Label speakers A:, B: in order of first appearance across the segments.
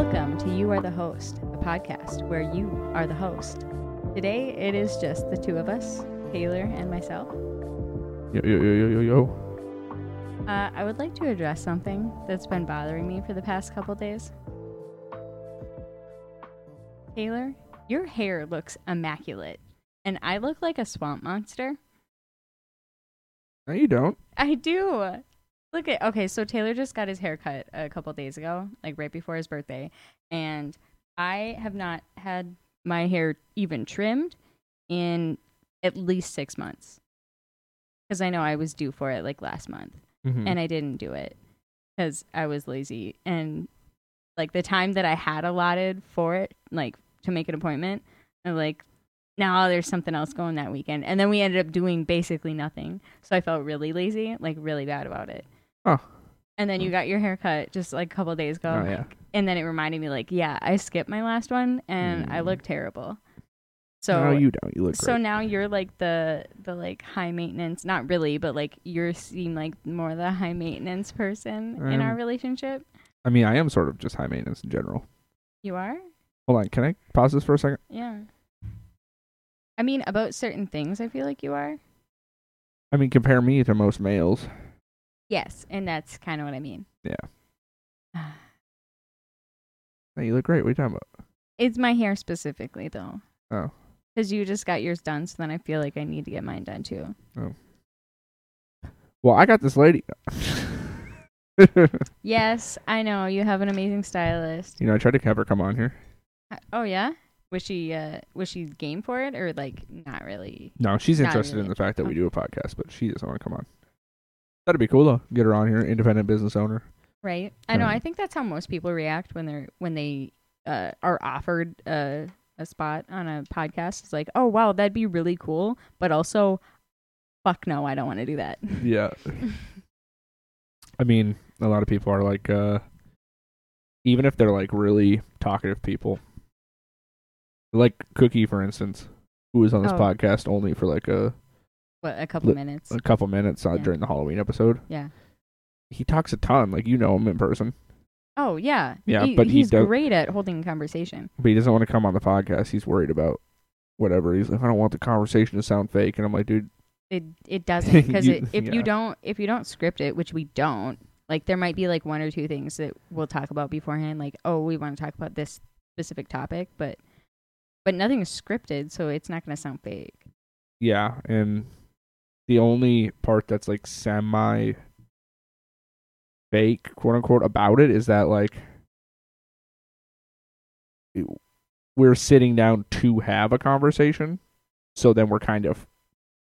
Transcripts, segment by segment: A: You Are the Host, a podcast where you are the host. Today, it is just the two of us, Taylor and myself.
B: Yo, yo, yo, yo, yo, yo.
A: Uh, I would like to address something that's been bothering me for the past couple days. Taylor, your hair looks immaculate, and I look like a swamp monster.
B: No, you don't.
A: I do. Look at okay, so Taylor just got his hair cut a couple days ago, like right before his birthday, and I have not had my hair even trimmed in at least 6 months. Cuz I know I was due for it like last month
B: Mm-hmm. Hmm.
A: and I didn't do it cuz I was lazy and like the time that I had allotted for it, like to make an appointment, I'm like now there's something else going that weekend. And then we ended up doing basically nothing. So I felt really lazy, like really bad about it.
B: Oh.
A: And then you got your haircut just like a couple days ago.
B: Oh,
A: I'm
B: yeah.
A: like- And then it reminded me like, yeah, I skipped my last one and I
B: Mm.
A: look terrible. So
B: no, you don't. You look
A: so
B: great.
A: now you're like the the like high maintenance, not really, but like you seem like more the high maintenance person in our
B: I'm-
A: relationship.
B: I mean, I am sort of just high maintenance in general.
A: You are?
B: Hold on, can I pause this for a second?
A: Yeah. I mean, about certain things, I feel like you are.
B: I mean, compare me to most males.
A: Yes, and that's kind of what I mean. Yeah.
B: No, you look great. What are you talking about?
A: It's my hair specifically, though.
B: Oh.
A: Because you just got yours done, so then I feel like I need to get mine done too.
B: Well, I got this lady. you
A: Yes, I know you have an amazing stylist.
B: know, I tried to have her come on here.
A: Uh, Oh yeah, was she uh was she game for it or like not really?
B: No, she's
A: Not
B: interested
A: really.
B: in the fact that we
A: Okay.
B: do a podcast, but she doesn't want to come on. That'd be cool though. Get her on here, independent business owner.
A: Right. I know.
B: Right.
A: I think that's how most people react when they're when they uh, are offered a a spot on a podcast. It's like, oh wow, that'd be really cool, but also, fuck no, I don't want to do that.
B: Yeah. I mean, a lot of people are like, uh, even if they're like really talkative people, like Cookie, for instance, who was on this
A: Oh.
B: podcast only for like a,
A: what a couple
B: Look-
A: minutes.
B: a couple minutes uh,
A: Yeah.
B: during the Halloween episode.
A: Yeah.
B: He talks a ton. Like, you know him in person,
A: Oh yeah.
B: Yeah, but he
A: he's
B: don't-
A: great at holding a conversation.
B: but he doesn't want to come on the podcast. He's worried about whatever. He's like, I don't want the conversation to sound fake. And I'm like, dude,
A: It it doesn't because
B: You-
A: if
B: yeah.
A: you don't if you don't script it, which we don't, like there might be like one or two things that we'll talk about beforehand, like oh we want to talk about this specific topic, but but nothing is scripted, so it's not going to sound fake.
B: yeah. And the only part that's like semi fake, quote unquote, about it is that like it- we're sitting down to have a conversation. So then we're kind of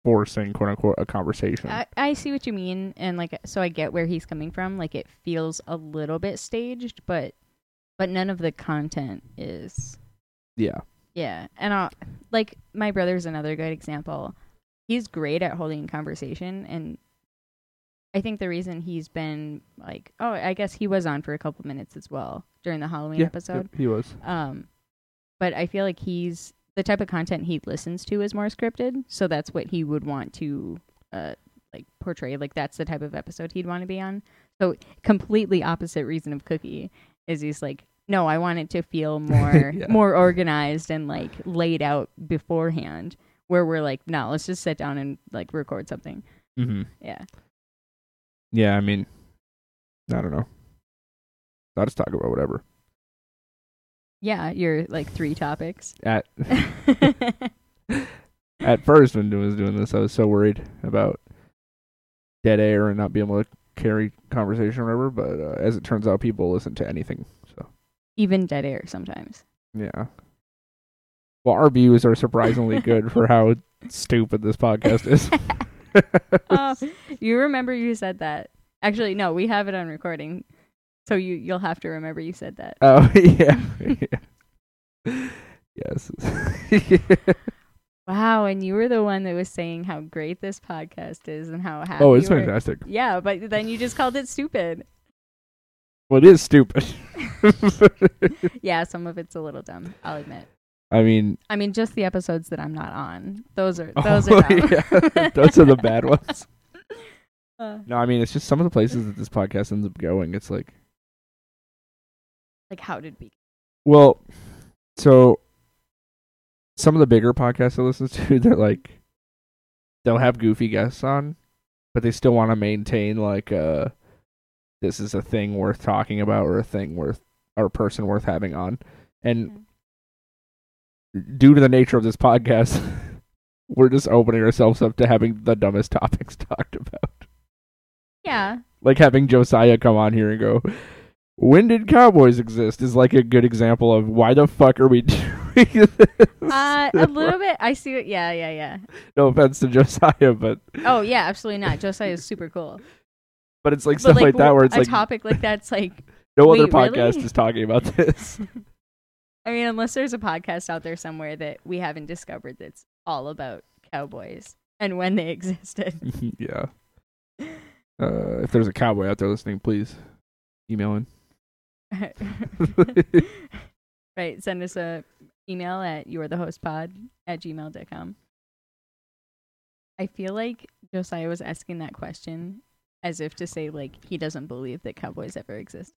B: forcing, quote unquote, a conversation.
A: I, I see what you mean, and like, so I get where he's coming from. Like, it feels a little bit staged, but but none of the content is.
B: yeah.
A: Yeah, and I'll, like my brother's another good example. He's great at holding conversation, and I think the reason he's been like, oh, I guess he was on for a couple minutes as well during the Halloween
B: yeah.
A: episode.
B: He was.
A: Um, but I feel like he's the type of content he listens to is more scripted, so that's what he would want to uh like portray. Like that's the type of episode he'd want to be on. So completely opposite reason of Cookie is he's like, no, I want it to feel more
B: Yeah.
A: more organized and like laid out beforehand. Where we're like, no, let's just sit down and like record something.
B: Mm-hmm.
A: Yeah.
B: Yeah, I mean, I don't know. I'll just talk about whatever.
A: Yeah, your like three topics.
B: At at first, when I was doing this, I was so worried about dead air and not being able to carry conversation or whatever. But uh, as it turns out, people listen to anything. So
A: Even dead air sometimes.
B: yeah. Well, our views are surprisingly good for how stupid this podcast is.
A: oh, you remember you said that. Actually, no, we have it on recording, so you you'll have to remember you said that.
B: oh yeah. yeah. Yes.
A: Wow, and you were the one that was saying how great this podcast is and how happy.
B: oh, it's
A: you were-
B: fantastic.
A: Yeah, but then you just called it stupid.
B: Well, it is stupid.
A: Yeah, some of it's a little dumb. I'll admit.
B: I mean,
A: I mean, just the episodes that I'm not on. Those are
B: Oh,
A: those are dumb.
B: yeah. Those are the bad ones.
A: Uh,
B: no, I mean, it's just some of the places that this podcast ends up going. It's like,
A: like, how did we?
B: Well, so some of the bigger podcasts I listen to, they're like they'll have goofy guests on, but they still want to maintain like uh this is a thing worth talking about or a thing worth or a person worth having on. And due to the nature of this podcast, we're just opening ourselves up to having the dumbest topics talked about.
A: Yeah.
B: Like having Josiah come on here and go, when did cowboys exist is like a good example of why the fuck are we doing this?
A: Uh, a little bit. I see it. Yeah, yeah, yeah.
B: no offense to Josiah, but
A: Oh, yeah, absolutely not. Josiah is super cool.
B: but it's like stuff like, that where it's
A: a
B: like
A: topic like that's like,
B: no other
A: wait, really?
B: podcast is talking about this.
A: I mean, unless there's a podcast out there somewhere that we haven't discovered that's all about cowboys and when they existed.
B: yeah. Uh, if there's a cowboy out there listening, please email in.
A: right. Send us a email at you're the host pod at gmail.com. I feel like Josiah was asking that question as if to say like he doesn't believe that cowboys ever exist.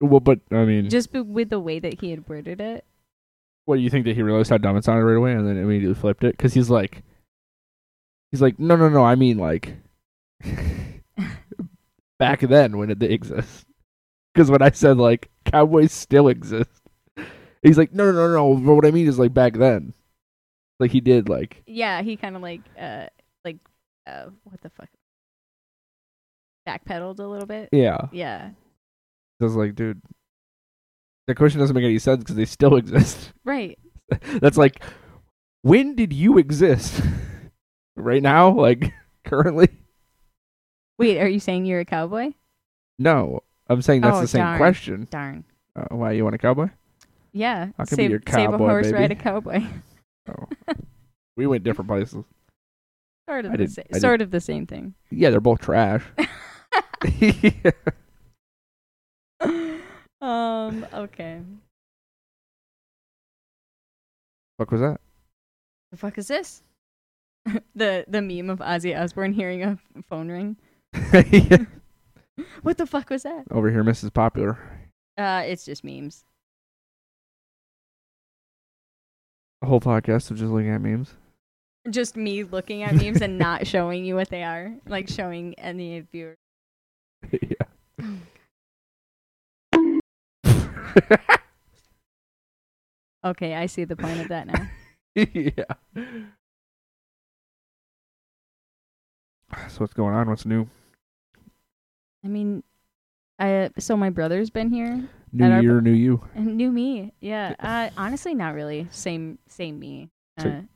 B: well, but I mean,
A: Just b- with the way that he had worded it.
B: what do you think that he realized how dumb it sounded right away, and then immediately flipped it? Because he's like, he's like, no, no, no. I mean, like, back then when did they exist? Because when I said like cowboys still exist, he's like, no, no, no, no. But what I mean is like back then, like he did like
A: Yeah, he kind of like uh like uh what the fuck backpedaled a little bit.
B: yeah.
A: Yeah.
B: I was like, dude, the question doesn't make any sense because they still exist.
A: Right.
B: That's like, when did you exist? right now, like currently.
A: Wait, are you saying you're a cowboy?
B: No, I'm saying that's
A: Oh,
B: the same
A: darn.
B: question.
A: Darn.
B: Uh, why you want a cowboy?
A: Yeah.
B: I could be
A: save,
B: your
A: save a
B: cowboy,
A: horse,
B: baby.
A: ride a cowboy.
B: Oh. we went different places.
A: sort of
B: I
A: the
B: did-
A: sa-
B: I did-
A: sort of the same thing.
B: Yeah, they're both trash.
A: um. Okay.
B: Fuck was that?
A: The fuck is this? the the meme of Ozzy Osbourne hearing a phone ring. What the fuck was that?
B: Over here, Mrs. Popular.
A: Uh, it's just memes.
B: A whole podcast of just looking at memes.
A: Just me looking at memes and not showing you what they are, like showing any of your.
B: yeah.
A: Okay, I see the point of that now.
B: yeah. So what's going on? What's new?
A: I mean, I so my brother's been here
B: New
A: At our-
B: year, new you.
A: and knew me. Yeah. Uh, honestly, not really. Same same me. Uh,
B: Same.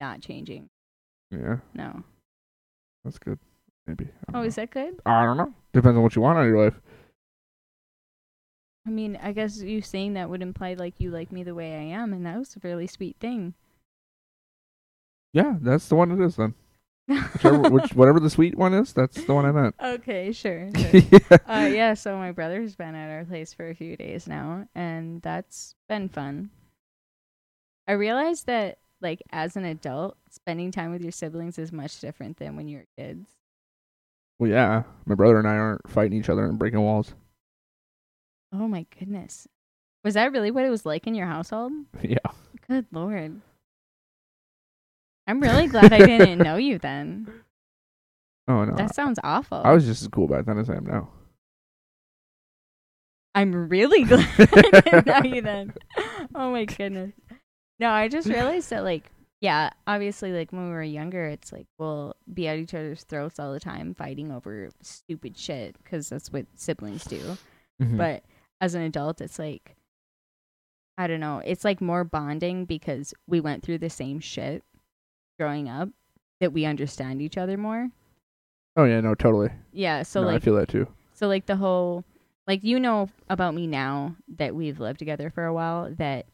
A: not changing.
B: Yeah,
A: No.
B: that's good. Maybe. I don't,
A: Oh,
B: know.
A: is that good?
B: I don't know. Depends on what you want out of your life.
A: I mean, I guess you saying that would imply like you like me the way I am, and that was a really sweet thing.
B: Yeah, that's the one it is then. Whichever, which, whatever the sweet one is, that's the one I meant.
A: okay, sure. sure. uh, yeah, so my brother's been at our place for a few days now, and that's been fun. I realized that, like, as an adult, spending time with your siblings is much different than when you're kids.
B: Well, yeah, my brother and I aren't fighting each other and breaking walls.
A: Oh my goodness. Was that really what it was like in your household?
B: Yeah.
A: Good lord. I'm really glad I didn't know you then.
B: Oh no,
A: That sounds awful.
B: I was just as cool back then as I am now.
A: I'm really glad I didn't know you then. Oh my goodness. No, I just realized that like yeah, obviously like when we were younger it's like we'll be at each other's throats all the time fighting over stupid shit cuz that's what siblings do.
B: Mhm.
A: But as an adult it's like I don't know, it's like more bonding because we went through the same shit growing up that we understand each other more.
B: oh yeah, no, totally.
A: Yeah, so
B: No, I
A: like
B: feel that too.
A: so like the whole like you know about me now that we've lived together for a while that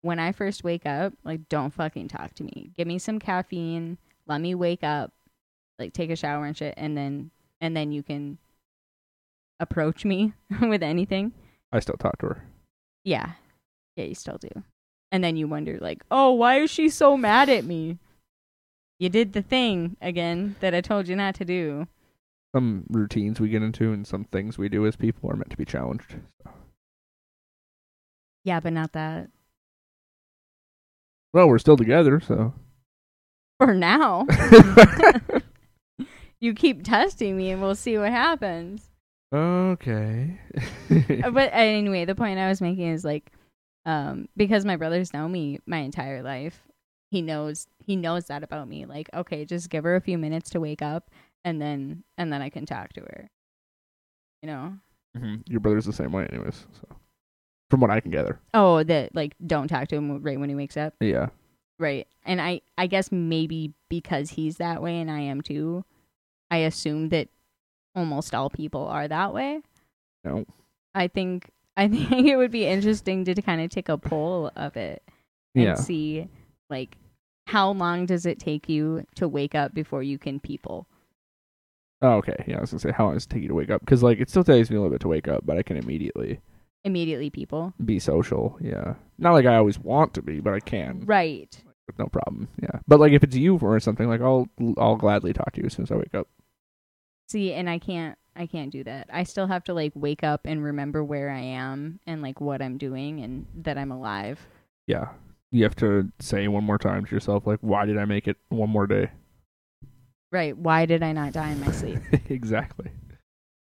A: when I first wake up, like don't fucking talk to me. Give me some caffeine, let me wake up, like take a shower and shit and then and then you can approach me with anything.
B: I still talk to her.
A: Yeah. Yeah, you still do. And then you wonder like, "Oh, why is she so mad at me?" You did the thing again that I told you not to do.
B: Some routines we get into and some things we do as people are meant to be challenged.
A: Yeah, but not that.
B: Well, we're still together, so.
A: For now. you keep testing me and we'll see what happens.
B: okay.
A: Uh, But anyway, the point I was making is like um because my brother's known me my entire life. He knows he knows that about me. Like, okay, just give her a few minutes to wake up and then and then I can talk to her. You know?
B: Mhm. Your brother's the same way, anyways. So, from what I can gather,
A: Oh, that like don't talk to him right when he wakes up.
B: yeah.
A: Right. And I I guess maybe because he's that way and I am too, I assume that almost all people are that way.
B: No.
A: I think I think it would be interesting to kind of take a poll of it and
B: Yeah.
A: see like how long does it take you to wake up before you can people?
B: Oh, okay. Yeah, I was gonna say how long does it take you to wake up? Because like it still takes me a little bit to wake up, but I can immediately
A: Immediately people.
B: be social. Yeah. Not like I always want to be, but I can
A: Right.
B: with no problem. Yeah. But like if it's you or something, like I'll I'll gladly talk to you as soon as I wake up.
A: See, and I can't I can't do that. I still have to like wake up and remember where I am and like what I'm doing and that I'm alive.
B: Yeah. You have to say one more time to yourself, like, why did I make it one more day?
A: Right. Why did I not die in my sleep?
B: exactly.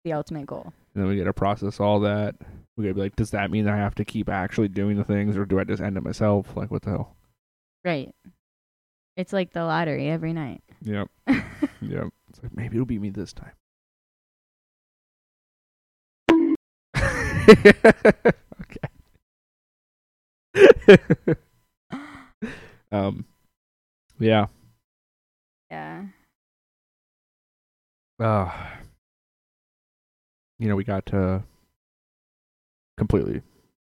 A: The ultimate goal.
B: And then we gotta process all that. We gotta be like, does that mean that I have to keep actually doing the things, or do I just end it myself? Like, what the hell?
A: Right. It's like the lottery every night.
B: Yep. Yep. It's like maybe it'll be me this time. okay. um. Yeah.
A: yeah.
B: Uh, you know, we got uh, completely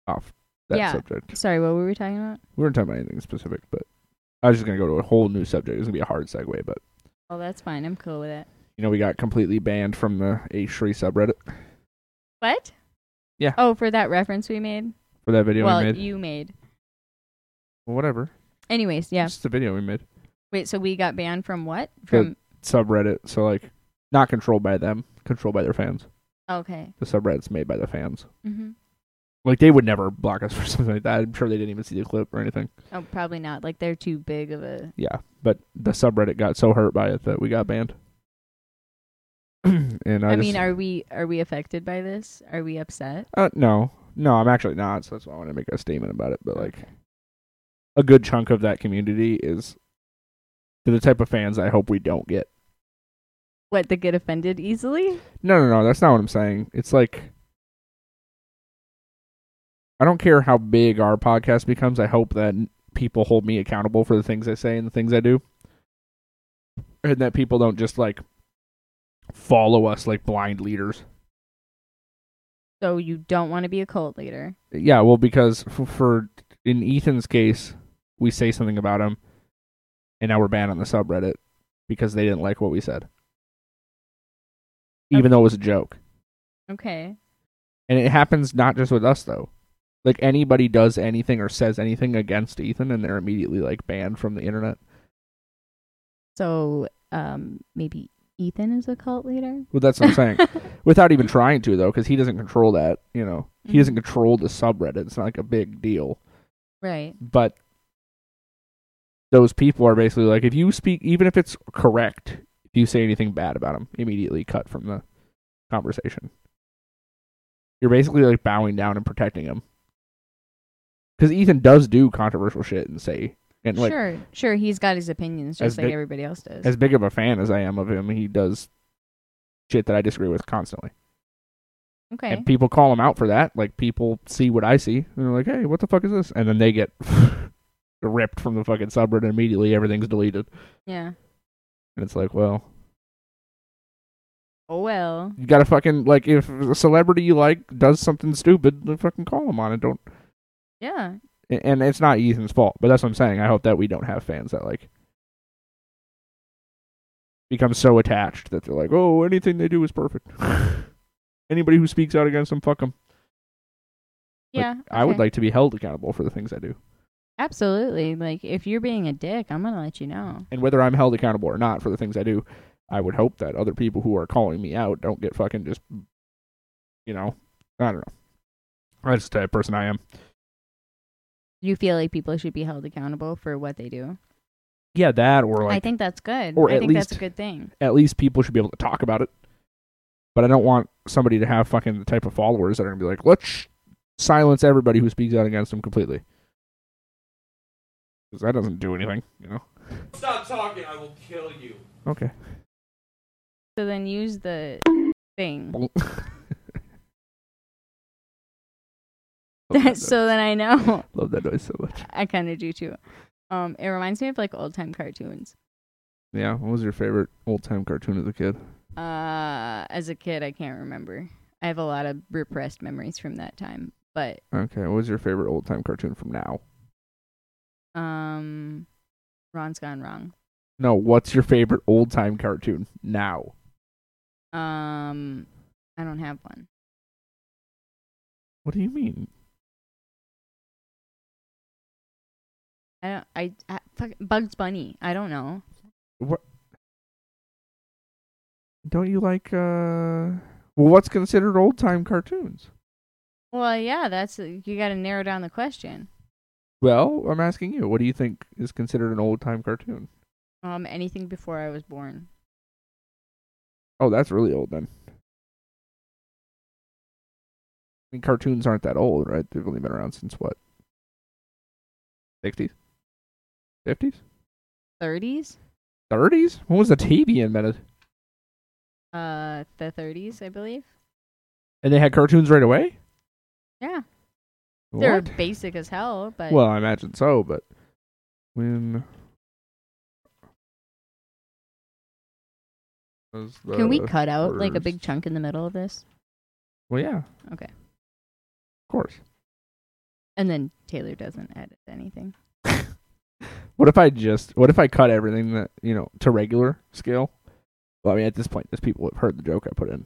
B: off that
A: Yeah.
B: subject.
A: Sorry, what were we talking about?
B: We weren't talking about anything specific, but I was just gonna go to a whole new subject. It's gonna be a hard segue, but
A: Oh, that's fine. I'm cool with it.
B: you know, we got completely banned from the H3 subreddit
A: What?
B: Yeah.
A: Oh, for that reference we made?
B: for that video
A: well,
B: we made.
A: you made.
B: well, whatever.
A: Anyways, yeah.
B: It's just a video we made.
A: Wait, so we got banned from what?
B: Good.
A: From
B: Subreddit. So like not controlled by them, controlled by their fans.
A: okay.
B: The subreddit's made by the fans.
A: hmm
B: Like they would never block us for something like that. I'm sure they didn't even see the clip or anything.
A: Oh, probably not. Like they're too big of a
B: Yeah. But the subreddit got so hurt by it that we got banned. and I,
A: I
B: just,
A: mean, are we are we affected by this? Are we upset?
B: uh, no. No, I'm actually not, so that's why I want to make a statement about it. But like a good chunk of that community is to the type of fans I hope we don't get.
A: What, they get offended easily?
B: No, no, no. That's not what I'm saying. It's like I don't care how big our podcast becomes. I hope that n- people hold me accountable for the things I say and the things I do, and that people don't just like follow us like blind leaders.
A: So you don't want to be a cult leader.
B: Yeah, well, because f- for in Ethan's case, we say something about him, and now we're banned on the subreddit because they didn't like what we said, even though it was a joke.
A: Okay.
B: And it happens not just with us though. Like anybody does anything or says anything against Ethan and they're immediately like banned from the internet.
A: So um maybe Ethan is a cult leader?
B: Well, that's what I'm saying. Without even trying to though, cuz he doesn't control that, you know. He doesn't control the subreddit. It's not like a big deal.
A: Right.
B: But those people are basically like if you speak even if it's correct, if you say anything bad about him, immediately cut from the conversation. You're basically like bowing down and protecting him. Cuz Ethan does do controversial shit and say and like
A: sure. Sure, he's got his opinions
B: As
A: just like
B: big-
A: everybody else does.
B: as big of a fan as I am of him, he does shit that I disagree with constantly.
A: okay.
B: And people call him out for that. Like people see what I see, and they're like, "Hey, what the fuck is this?" And then they get ripped from the fucking subreddit. And immediately, everything's deleted,
A: yeah.
B: and it's like, well,
A: Oh well.
B: you gotta fucking like if a celebrity you like does something stupid, then fucking call him on it. Don't.
A: Yeah.
B: and- And it's not Ethan's fault, but that's what I'm saying. I hope that we don't have fans that like become so attached that they're like, "Oh, anything they do is perfect." Anybody who speaks out against them, fuck them. Like,
A: Yeah.
B: I would
A: okay.
B: like to be held accountable for the things I do.
A: Absolutely. Like if you're being a dick, I'm gonna let you know.
B: And whether I'm held accountable or not for the things I do, I would hope that other people who are calling me out don't get fucking just, you know, I don't know. That's the type of person I am.
A: you feel like people should be held accountable for what they do.
B: Yeah, that or
A: I
B: like
A: think that's good.
B: or
A: I
B: at
A: think that's a
B: least-
A: good thing.
B: at least people should be able to talk about it. But I don't want somebody to have fucking the type of followers that are gonna be like, let's sh- silence everybody who speaks out against them completely. Because that doesn't do anything, you know.
C: Stop talking, I will kill you.
B: Okay.
A: So then use the thing.
B: Love that
A: so then I know.
B: noise. love that noise so much.
A: I kind of do too. Um, it reminds me of like old time cartoons.
B: Yeah. What was your favorite old time cartoon as a kid?
A: Uh, as a kid, I can't remember. I have a lot of repressed memories from that time. But
B: Okay. What was your favorite old time cartoon from now?
A: um, Ron's gone wrong.
B: No. What's your favorite old time cartoon now?
A: Um, I don't have one.
B: What do you mean?
A: I don't. I, I fuck, Bugs Bunny. I don't know.
B: Don't you like? uh Well, what's considered old time cartoons?
A: Well, yeah, that's you got to narrow down the question.
B: Well, I'm asking you. What do you think is considered an old time cartoon?
A: Um, anything before I was born.
B: Oh, that's really old then. I mean, cartoons aren't that old, right? They've only been around since what? 60s? 50s?
A: 30s.
B: 30s? When was the TV invented?
A: Uh, the 30s, I believe.
B: And they had cartoons right away?
A: Yeah, they're
B: What?
A: basic as hell, but
B: Well, I imagine so, but when was
A: Can we
B: the-
A: cut out like a
B: first-
A: big chunk in the middle of this?
B: Well, yeah.
A: Okay.
B: Of course.
A: And then Taylor doesn't edit anything.
B: What if I just what if I cut everything that you know to regular scale? Well, I mean at this point, this people have heard the joke I put in.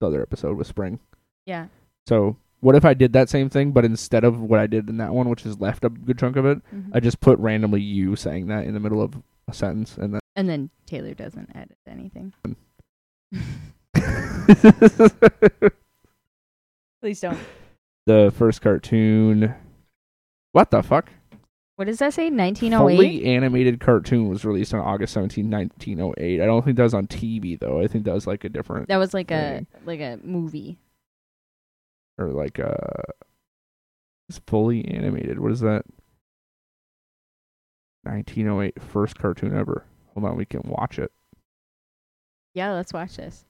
B: The other episode was spring.
A: Yeah.
B: So what if I did that same thing, but instead of what I did in that one, which is left a good chunk of it,
A: Mhm.
B: I just put randomly you saying that in the middle of a sentence, and
A: and then Taylor doesn't edit anything.
B: then
A: Please don't.
B: the first cartoon. What the fuck?
A: What does that say? 1908?
B: Fully animated cartoon was released on August 17, 1908. I don't think that was on TV though. I think that was like a different
A: That was like a like a movie.
B: or like uh it's fully animated. What is that? 1908 first cartoon ever. Hold on, we can watch it.
A: Yeah, let's watch this.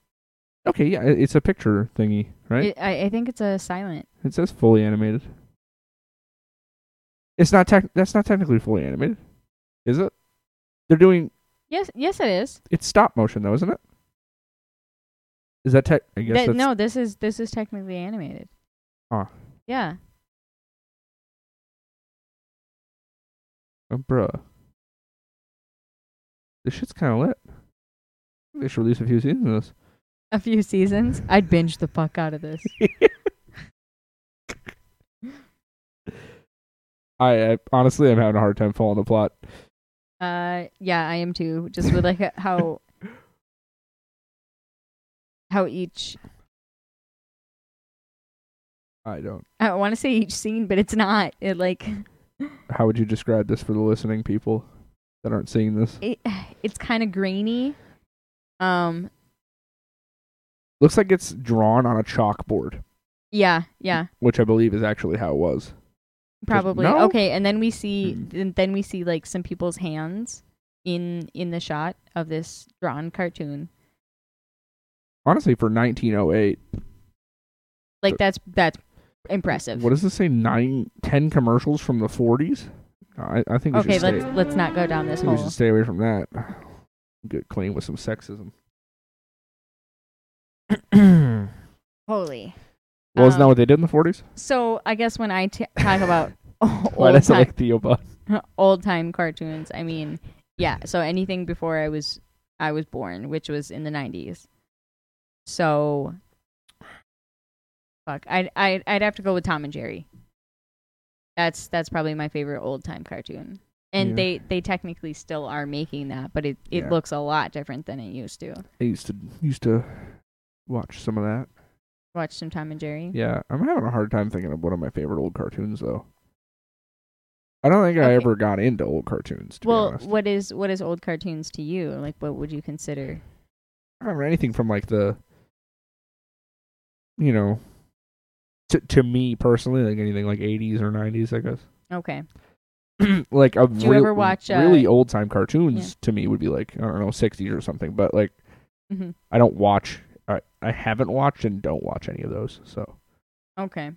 B: Okay, yeah, it- it's a picture thingy, right?
A: It-
B: It,
A: I, I think it's a silent.
B: says fully animated. It's not tech that's not technically fully animated. Is it? They're doing
A: Yes, yes, it is.
B: it's stop motion though, isn't it? Is that tech I guess
A: That-
B: that's Ah,
A: no, this is this is technically animated.
B: Huh.
A: Yeah.
B: Oh, bruh. This shit's kind of lit. They should release a few seasons of this.
A: A few seasons. I'd binge the fuck out of this.
B: I, I honestly, I'm having a hard time following the plot.
A: Uh, yeah, I am too. Just with like a- how how each
B: I don't.
A: I want to say each scene, but it's not. It like
B: How would you describe this for the listening people that aren't seeing this?
A: it, it's kind of grainy. Um,
B: Looks like it's drawn on a chalkboard,
A: yeah, yeah,
B: which I believe is actually how it was.
A: probably.
B: no?
A: Okay, and then we see
B: Hmm.
A: and then we see like some people's hands in in the shot of this drawn cartoon.
B: Honestly, for 1908,
A: Like
B: But-
A: that's that's impressive.
B: what does this say? Nine, ten commercials from the 40s. I, I think we
A: okay,
B: should stay.
A: let's let's not go down
B: I
A: this
B: think we
A: hole.
B: should stay away from that. Get clean with some sexism. Wasn't
A: Holy.
B: that
A: Um,
B: what they did in the 40s?
A: So I guess when I t- talk about
B: Why
A: old
B: that's
A: time,
B: like Theo Bud?
A: old time cartoons, I mean, yeah. So anything before I was I was born, which was in the nineties. So, fuck, I I I'd have to go with Tom and Jerry. That's that's probably my favorite old time cartoon, and
B: Yeah.
A: they they technically still are making that, but it it
B: Yeah.
A: looks a lot different than it used to.
B: I used to used to watch some of that.
A: Watch some Tom and Jerry.
B: Yeah, I'm having a hard time thinking of one of my favorite old cartoons though. I don't think I
A: Okay.
B: ever got into old cartoons. To be
A: well,
B: honest.
A: what is what is old cartoons to you? Like, what would you consider?
B: I remember anything from like the, you know, to to me personally, like anything like eighties or nineties, I guess.
A: Okay,
B: like a
A: you
B: real-
A: ever watch, uh,
B: really old time cartoons? To me, would be like I don't know sixties or something. But like,
A: Mhm.
B: I don't watch. I I haven't watched and don't watch any of those. So
A: okay.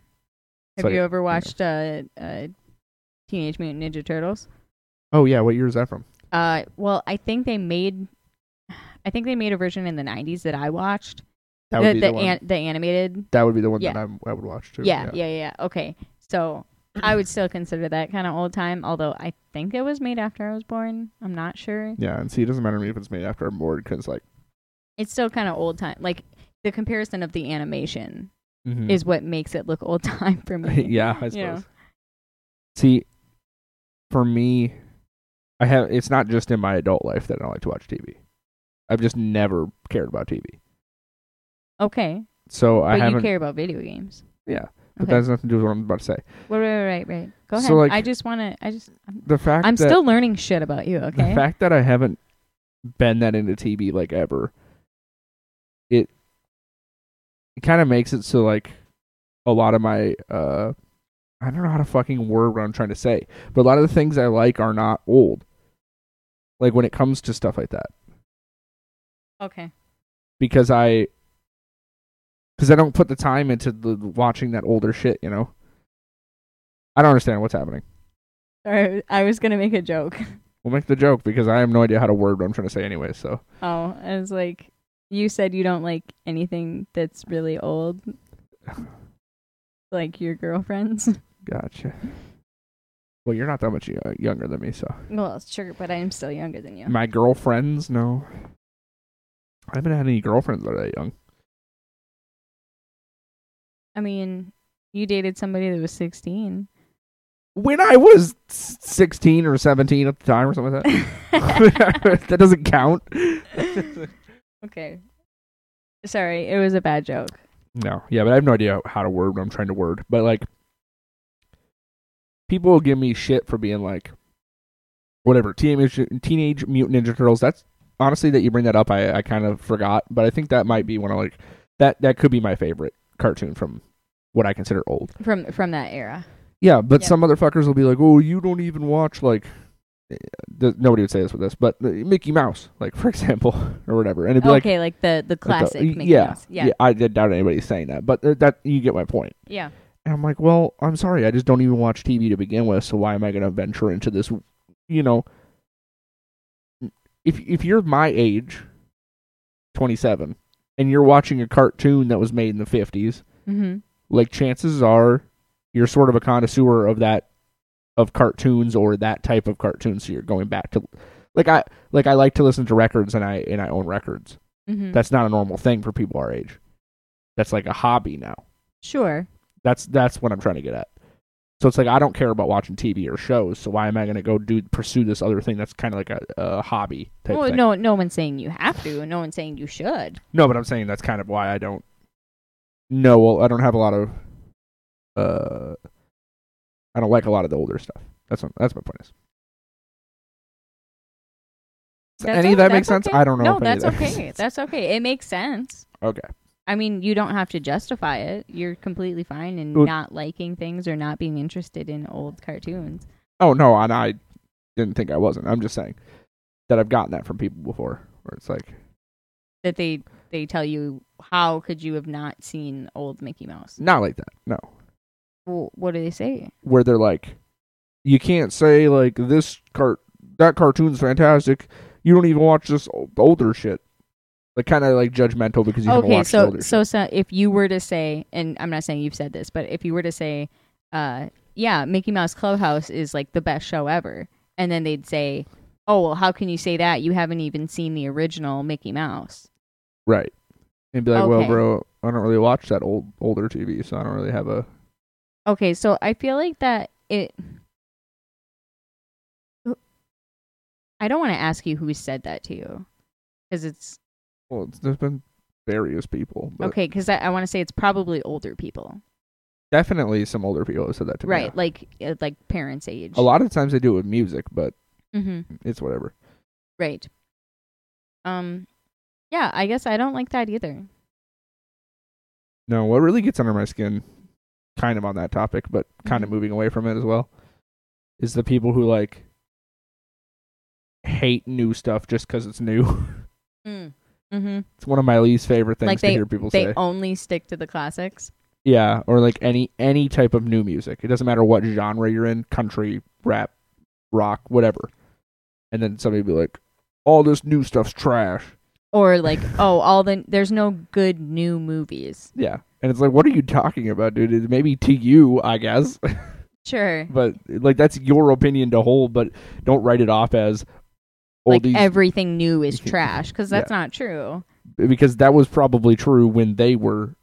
A: Have
B: like-
A: you ever watched uh, uh, Teenage Mutant Ninja Turtles?
B: oh yeah, what year is that from?
A: Uh, well, I think they made, I think they made a version in the '90s that I watched.
B: That would
A: the
B: be
A: the,
B: the, one.
A: an- the animated
B: that would be the one
A: yeah.
B: that I'm, I would watch too.
A: Yeah, yeah, yeah, yeah. Okay. So I would still consider that kind of old time, although I think it was made after I was born. I'm not sure.
B: Yeah, and see, it doesn't matter to me if it's made after I'm bored because like
A: It's still kind of old time. Like the comparison of the animation
B: Mm-hmm.
A: is what makes it look old time for me.
B: Hmm. yeah, I
A: You
B: suppose.
A: know.
B: See, for me, I have it's not just in my adult life that I don't like to watch TV. I've just never cared about TV,
A: Okay.
B: so I
A: but you
B: haven't.
A: care about video games.
B: Yeah, but
A: Okay.
B: that has nothing to do with what I'm about to say.
A: Right, right, right, right. Go ahead.
B: So, like-
A: I just want to. I just. I'm,
B: The fact
A: I'm
B: that,
A: still learning shit about you. Okay.
B: the fact that I haven't been that into TV like ever, it it kind of makes it so like a lot of my uh I don't know how to fucking word what I'm trying to say, but a lot of the things I like are not old. Like when it comes to stuff like that,
A: okay.
B: because I because I don't put the time into the watching that older shit, you know. I don't understand what's happening.
A: Sorry, I was gonna make a joke.
B: We'll make the joke because I have no idea how to word what I'm trying to say anyway. So
A: Oh, I was like, you said you don't like anything that's really old, like your girlfriends.
B: Gotcha. Well, you're not that much uh, younger than me, so
A: Well, sure, but I'm still younger than you.
B: my girlfriends, no. I haven't had any girlfriends that are that young.
A: I mean, you dated somebody that was 16.
B: When I was s- 16 or 17 at the time, or something like that. Uh, that doesn't count.
A: okay. Sorry, it was a bad joke.
B: No, yeah, but I have no idea how to word what I'm trying to word. But like, people will give me shit for being like, whatever. Teenage Teenage Mutant Ninja Turtles. That's honestly that you bring that up. I I kind of forgot, but I think that might be one of like that that could be my favorite cartoon from what I consider old.
A: From from that era.
B: Yeah, but
A: Yeah.
B: some motherfuckers will be like, oh, you don't even watch like. eh, th- Nobody would say this with this, but uh, Mickey Mouse, like for example, or whatever, and it'd be like,
A: okay, like, the the
B: like the-
A: classic Mickey
B: yeah,
A: Mouse. Yeah.
B: yeah. I doubt anybody's saying that, but uh, that you get my point.
A: Yeah.
B: And I'm like, well, I'm sorry, I just don't even watch TV to begin with, so why am I going to venture into this? You know, if if you're my age, 27, and you're watching a cartoon that was made in the 50s,
A: Mhm.
B: like chances are you're sort of a connoisseur of that of cartoons or that type of cartoon, so you're going back to like I like I like to listen to records and I and I own records.
A: Mhm.
B: That's not a normal thing for people our age. That's like a hobby now.
A: sure.
B: That's that's what I'm trying to get at. So it's like I don't care about watching TV or shows. So why am I going to go do pursue this other thing that's kind of like a, a hobby type
A: Well,
B: thing?
A: no no one's saying you have to, no one's saying you should.
B: No, but I'm saying that's kind of why I don't. No, well, I don't have a lot of. Uh, I don't like a lot of the older stuff. That's what, that's my point. Is. Does
A: That's
B: any of
A: o-
B: that make
A: that's
B: sense?
A: okay.
B: I don't know.
A: No,
B: if any of
A: that's
B: that makes
A: okay.
B: sense.
A: That's okay. It makes sense.
B: okay.
A: I mean, you don't have to justify it. You're completely fine in
B: Well-
A: not liking things or not being interested in old cartoons.
B: Oh no, and I didn't think I wasn't. I'm just saying that I've gotten that from people before, where it's like,
A: that they they tell you how could you have not seen old Mickey Mouse?
B: not like that. No,
A: Well, what do they say?
B: where they're like, you can't say like this cart that cartoon's fantastic. You don't even watch this o- older shit. Like kind of like judgmental because you haven't
A: okay,
B: watched the
A: so
B: older shit.
A: so, so if you were to say, and I'm not saying you've said this, but if you were to say, uh, yeah, Mickey Mouse Clubhouse is like the best show ever, and then they'd say, oh well, how can you say that? You haven't even seen the original Mickey Mouse.
B: right? And be like, well,
A: Okay.
B: bro, I don't really watch that old older TV, so I don't really have a.
A: Okay, so I feel like that it. I don't want to ask you who said that to you, because it's
B: Well, it's, there's been various people, but
A: Okay, because I, I want to say it's probably older people.
B: Definitely some older people have said that to me.
A: right? Like uh, like parents' age.
B: A lot of times they do it with music, but
A: Mm-hmm.
B: it's whatever.
A: Right. Um, yeah. I guess I don't like that either.
B: No, what really gets under my skin, kind of on that topic, but kind
A: Mhm.
B: of moving away from it as well, is the people who like hate new stuff just because it's new.
A: Mm. hmm
B: it's one of my least favorite things
A: Like
B: to hear people
A: They
B: say.
A: only stick to the classics.
B: Yeah, or like any any type of new music. It doesn't matter what genre you're in, country, rap, rock, whatever. And then somebody be like, "All this new stuff's trash."
A: Or like, oh, all the there's no good new movies.
B: Yeah. And it's like, "What are you talking about, dude?" It may be to you, I guess,
A: Sure.
B: but like that's your opinion to hold, but don't write it off as all
A: like
B: these
A: everything new is trash because that's not true.
B: because that was probably true when they were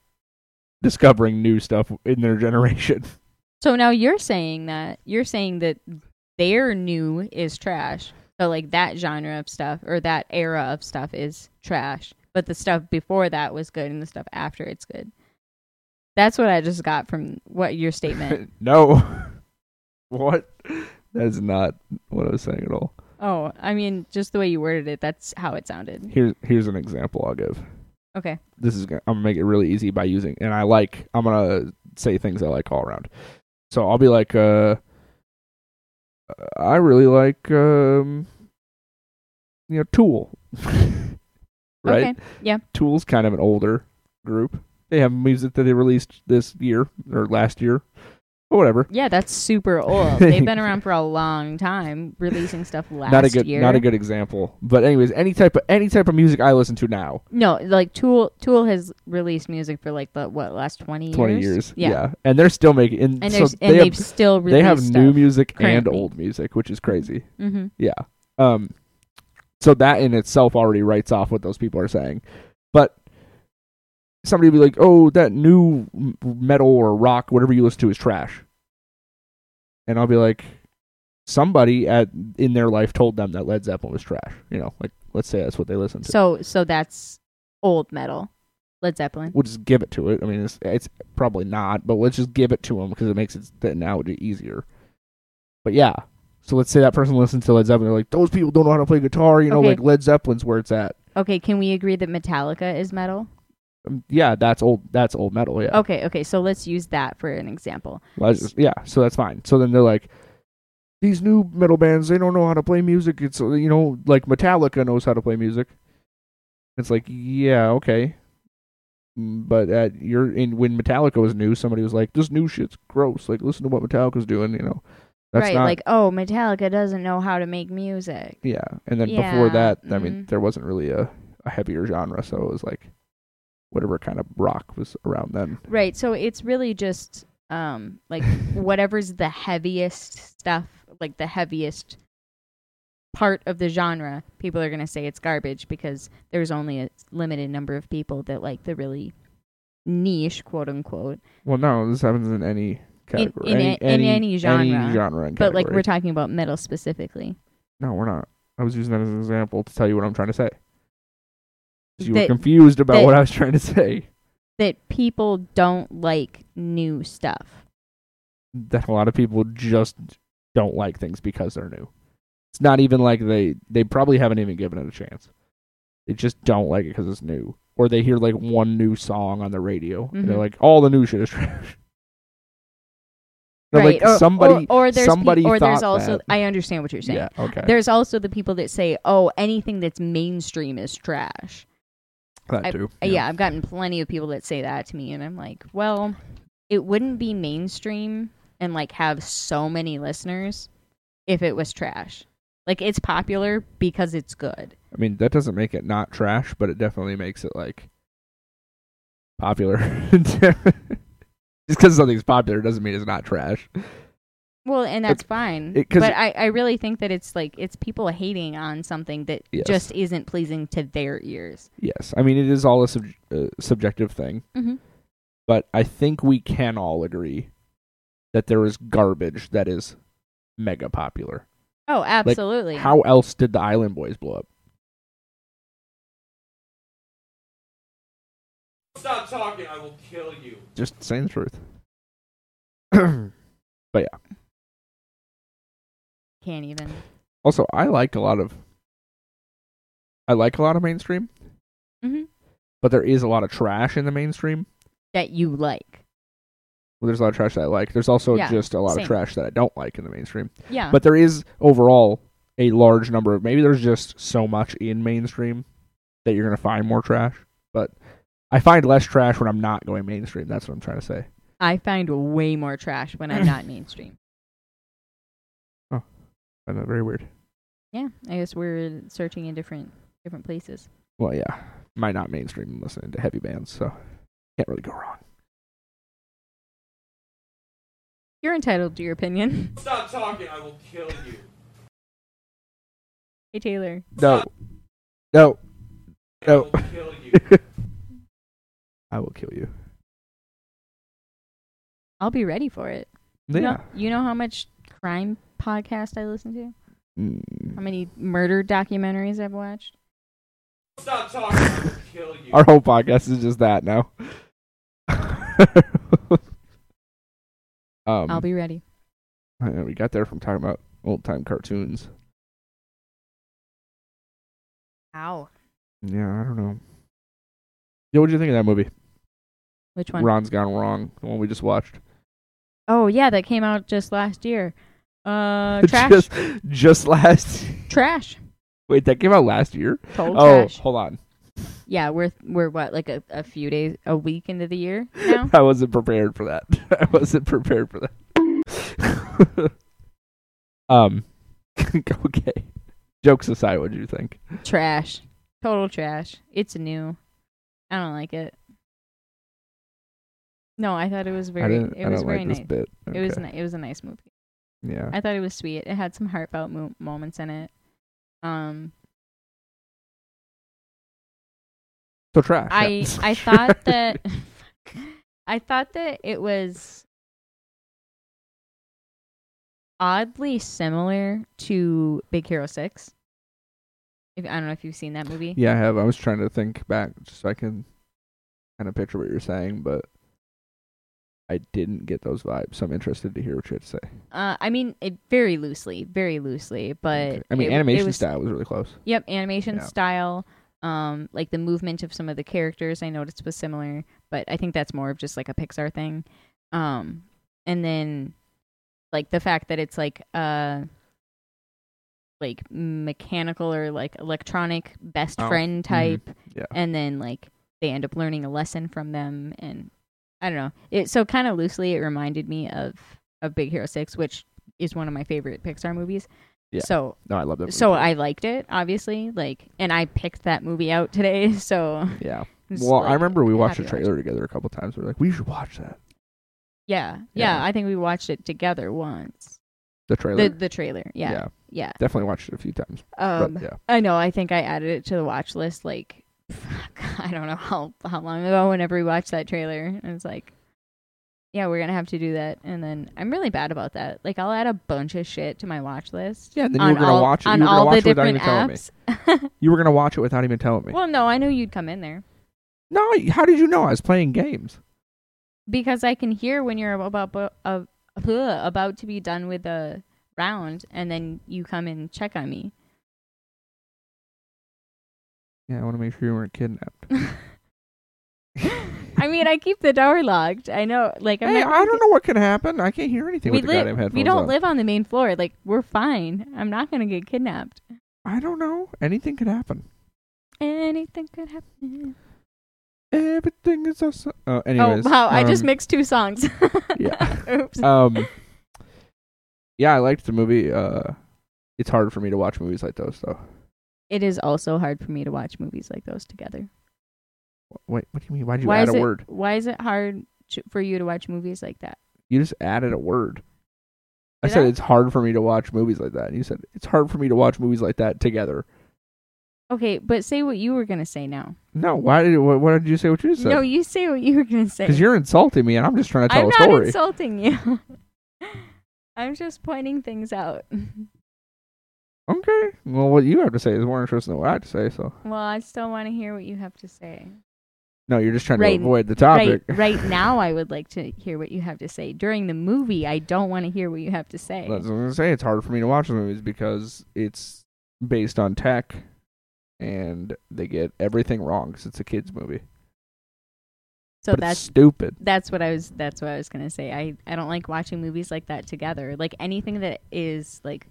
B: discovering new stuff in their generation.
A: So now you're saying that you're saying that their new is trash. So like that genre of stuff or that era of stuff is trash, but the stuff before that was good and the stuff after it's good. That's what I just got from what your statement.
B: no. what? That's not what I was saying at all.
A: oh, I mean, just the way you worded it, that's how it sounded.
B: Here's here's an example I'll give.
A: Okay.
B: This is gonna, I'm gonna make it really easy by using, and I like I'm gonna say things I like all around. So I'll be like, uh, I really like, um, you know, Tool, right?
A: Okay. Yeah.
B: Tool's kind of an older group. They have music that they released this year or last year, or whatever.
A: Yeah, that's super old. They've been around for a long time, releasing stuff last
B: not a good,
A: year.
B: not a good example. But anyways, any type of any type of music I listen to now,
A: No, like Tool. Tool has released music for like the what last twenty years.
B: 20 years.
A: Yeah.
B: Yeah. And they're still making and,
A: And
B: so
A: there's and
B: they
A: they've
B: have,
A: still released.
B: they have new music and
A: currently.
B: old music, which is crazy.
A: hmm
B: Yeah. Um so that in itself already writes off what those people are saying. But somebody would be like, "Oh, that new m- metal or rock whatever you listen to is trash." And I'll be like somebody at in their life told them that Led Zeppelin was trash, you know, like let's say that's what they listened to.
A: So so that's old metal, Led Zeppelin.
B: we'll just give it to it. I mean, it's, it's probably not, but let's just give it to them because it makes it the analogy easier. But yeah, so let's say that person listens to Led Zeppelin. They're like, those people don't know how to play guitar. You know,
A: Okay.
B: like Led Zeppelin's where it's at.
A: Okay, can we agree that Metallica is metal?
B: Um, yeah, that's old. That's old metal. Yeah,
A: Okay, okay. So let's use that for an example.
B: Let's just- yeah. So that's fine. So then they're like, these new metal bands, they don't know how to play music. It's uh, you know, like Metallica knows how to play music. It's like, yeah, okay. Mm, But at your in when Metallica was new, somebody was like, "This new shit's gross." Like, listen to what Metallica's doing. You know, that's
A: right,
B: not
A: like oh, Metallica doesn't know how to make music.
B: yeah. And then
A: Yeah,
B: before that, I mean,
A: mhm.
B: there wasn't really a, a heavier genre, so it was like whatever kind of rock was around then.
A: Right. So it's really just um like whatever's the heaviest stuff, like the heaviest part of the genre, people are going to say it's garbage because there's only a limited number of people that like the really niche quote unquote.
B: Well, no, this happens in any category,
A: in a- in any genre.
B: any genre, and
A: But like
B: category.
A: we're talking about metal specifically.
B: No, we're not. I was using that as an example to tell you what I'm trying to say. You
A: That-
B: were confused about
A: that-
B: what I was trying to say.
A: That people don't like new stuff.
B: That a lot of people just don't like things because they're new. It's not even like they they probably haven't even given it a chance. They just don't like it because it's new, or they hear like one new song on the radio and
A: Mhm.
B: they're like, "All the new shit is trash." They're
A: right.
B: like
A: or,
B: somebody,
A: or, or there's pe-
B: somebody
A: or there's
B: thought
A: also
B: that-
A: I understand what you're saying.
B: yeah, okay,
A: There's also the people that say, "Oh, anything that's mainstream is trash."
B: that
A: I-
B: too.
A: Uh, yeah. I've gotten plenty of people that say that to me, and I'm like, well, it wouldn't be mainstream and like have so many listeners if it was trash. Like it's popular because it's good.
B: I mean, that doesn't make it not trash, but it definitely makes it like popular. Just because something's popular doesn't mean it's not trash.
A: Well, and that's fine.
B: it- 'cause
A: but I, I really think that it's like it's people hating on something that
B: Yes.
A: just isn't pleasing to their ears.
B: Yes, I mean it is all a sub- uh, subjective thing,
A: Mhm.
B: but I think we can all agree that there is garbage that is mega popular.
A: Oh, absolutely.
B: How else did the Island Boys blow up?
C: Stop talking, I will kill you.
B: Just saying the truth.
A: Can't even.
B: also, I like a lot of I like a lot of mainstream,
A: Mhm.
B: but there is a lot of trash in the mainstream.
A: That you like.
B: Well, there's a lot of trash that I like. There's also
A: Yeah,
B: just a lot
A: same. Uh-huh.
B: of trash that I don't like in the mainstream.
A: Yeah.
B: But there is overall a large number of maybe there's just so much in mainstream that you're gonna find more trash. But I find less trash when I'm not going mainstream. That's what I'm trying to say.
A: I find way more trash when I'm not mainstream.
B: I find that very weird.
A: Yeah. I guess we're searching in different different places.
B: Well, yeah, might not mainstream and listening to heavy bands, so can't really go wrong.
A: You're entitled to your opinion.
C: Stop talking, I will kill you.
A: hey Taylor.
B: No, no,
C: I
B: No.
C: will kill you.
B: I will kill you.
A: I'll be ready for it.
B: Yeah.
A: You know, you know how much crime podcast I listen to? How
B: Mm.
A: many murder documentaries I've watched?
C: Stop talking, I will kill you.
B: Our whole podcast is just that now. um,
A: I'll be ready.
B: I know, we got there from talking about old time cartoons.
A: Ow.
B: Yeah, I don't know. Yeah, what do you think of that movie?
A: Which one?
B: Ron's Gone Wrong, the one we just watched.
A: Oh yeah, that came out just last year. Uh trash.
B: just, just last.
A: trash.
B: Wait, that came out last year.
A: Total
B: oh,
A: trash.
B: hold on.
A: Yeah, we're we're what, like a, a few days a week into the year now?
B: I wasn't prepared for that. I wasn't prepared for that. um, okay. Jokes aside, what do you think?
A: trash. Total trash. It's new. I don't like it. No, I thought it was very
B: I didn't.
A: it
B: I
A: was
B: don't
A: very
B: like
A: nice.
B: this bit.
A: It was
B: Okay.
A: ni- it was a nice movie.
B: Yeah.
A: I thought it was sweet. It had some heartfelt mo- moments in it. Um,
B: so trash.
A: I
B: yeah.
A: I thought that I thought that it was oddly similar to Big Hero Six. If, I don't know if you've seen that movie.
B: yeah, I have. I was trying to think back just so I can kind of picture what you're saying, but I didn't get those vibes. So I'm interested to hear what you had to say.
A: Uh, I mean, it very loosely, very loosely, but
B: Okay. I mean,
A: it- it
B: animation
A: was-
B: style was really close.
A: Yep, animation
B: Yeah.
A: style. Um, like the movement of some of the characters, I noticed was similar, but I think that's more of just like a Pixar thing. Um, and then like the fact that it's like uh like mechanical or like electronic best
B: Oh,
A: friend
B: mhm,
A: type,
B: yeah.
A: and then like they end up learning a lesson from them, and I don't know. It so kind of loosely it reminded me of of Big Hero Six, which is one of my favorite Pixar movies.
B: Yeah.
A: So
B: No, I love that.
A: so
B: movie.
A: I liked it, obviously. Like, and I picked that movie out today. So,
B: yeah.
A: it's
B: Well,
A: like,
B: I remember we watched
A: happy
B: a
A: to
B: trailer together a couple times. We were like, we should watch that.
A: Yeah, yeah,
B: Yeah.
A: I think we watched it together once.
B: The
A: The
B: trailer.
A: the trailer. Yeah, yeah.
B: Definitely watched it a few times.
A: Um,
B: but yeah.
A: I know. I think I added it to the watch list. Like, I don't know how how long ago. Whenever we watched that trailer, and it's like, yeah, we're gonna have to do that. And then I'm really bad about that. Like, I'll add a bunch of shit to my watch list.
B: Yeah, and then you
A: on
B: were gonna
A: all,
B: watch it.
A: on
B: You were gonna
A: all
B: watch it
A: the
B: without
A: different
B: even telling me.
A: apps.
B: You were gonna watch it without even telling me.
A: well, no, I know you'd come in there.
B: no, how did you know I was playing games?
A: because I can hear when you're about bu- uh, ugh, about to be done with the round, and then you come and check on me.
B: Yeah, I want to make sure you weren't kidnapped.
A: I mean, I keep the door locked. I know, like I'm
B: hey,
A: not-
B: I don't know what can happen. I can't hear anything
A: We
B: with the goddamn
A: live.
B: headphones
A: We don't
B: on.
A: live on the main floor. Like we're fine. I'm not gonna get kidnapped.
B: I don't know. Anything could happen.
A: Anything could happen.
B: Everything is awesome. Uh, anyways,
A: oh wow! I just
B: um,
A: mixed two songs.
B: yeah.
A: Oops.
B: um, yeah, I liked the movie. Uh, it's hard for me to watch movies like those, though.
A: it is also hard for me to watch movies like those together.
B: Wait, what do you mean? Why'd you
A: why
B: add
A: is
B: a
A: it?
B: word?
A: Why is it hard to, for you to watch movies like that?
B: You just added a word. I
A: Did
B: said
A: I?
B: it's hard for me to watch movies like that. And you said it's hard for me to watch movies like that together.
A: Okay, but say what you were gonna say now.
B: No, why did what, what did you say? What you
A: No,
B: said?
A: you say what you were gonna say.
B: Because you're insulting me, and I'm just trying to tell
A: I'm
B: a
A: not
B: story.
A: insulting you. I'm just pointing things out.
B: okay. Well, what you have to say is more interesting than what I have to say. So
A: Well, I still want to hear what you have to say.
B: No, you're just trying
A: Right,
B: to avoid the topic.
A: Right, right now, I would like to hear what you have to say. During the movie, I don't want to hear what you have to say.
B: That's what I was gonna say. It's hard for me to watch the movies because it's based on tech, and they get everything wrong because it's a kids movie.
A: so
B: but
A: that's
B: it's stupid.
A: that's what I was. That's what I was gonna say. I I don't like watching movies like that together. Like anything that is like,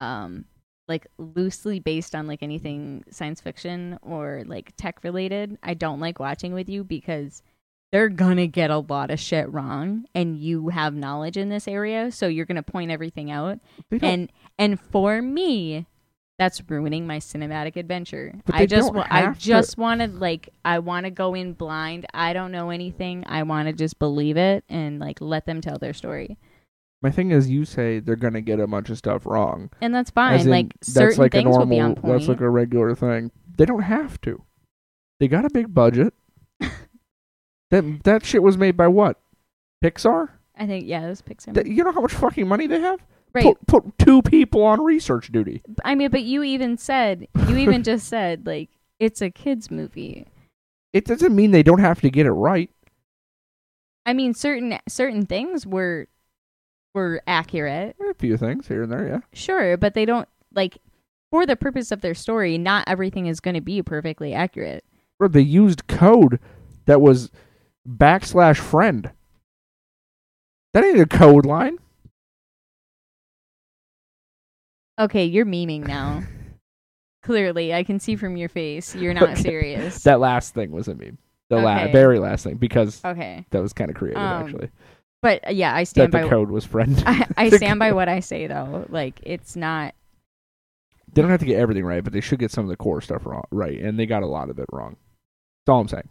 A: um, like loosely based on like anything science fiction or like tech related. I don't like watching with you because they're gonna get a lot of shit wrong, and you have knowledge in this area, so you're gonna point everything out.
B: They don't-
A: And and for me, that's ruining my cinematic adventure.
B: But
A: I
B: they
A: just
B: don't
A: wa- I
B: have to-
A: just want to like I want to go in blind. I don't know anything. I want to just believe it and like let them tell their story.
B: my thing is, you say they're gonna get a bunch of stuff wrong.
A: And that's
B: As
A: fine.
B: in,
A: Like
B: that's
A: certain
B: like
A: things
B: a normal,
A: will be on point.
B: That's like a regular thing. They don't have to. They got a big budget. that that shit was made by what? Pixar?
A: I think yeah, those Pixar.
B: That- you know how much fucking money they have?
A: right.
B: Put put two people on research duty.
A: I mean, but you even said you even just said like it's a kids movie.
B: It doesn't mean they don't have to get it right.
A: I mean, certain certain things were were accurate.
B: There are a few things here and there, yeah.
A: Sure, but they don't like for the purpose of their story, not everything is going to be perfectly accurate.
B: Bro, they used code that was backslash friend. That ain't a code line.
A: Okay, you're memeing now. Clearly, I can see from your face you're not
B: Okay.
A: serious.
B: That last thing was a meme. The la-
A: Okay.
B: very last thing, because
A: okay.
B: that was kind of creative,
A: Um,
B: actually.
A: But uh, yeah, I
B: That
A: stand
B: the
A: by
B: code was friend.
A: I, I
B: the
A: stand by what I say though. Like it's not
B: they don't have to get everything right, but they should get some of the core stuff wrong, right. And they got a lot of it wrong. That's all I'm saying.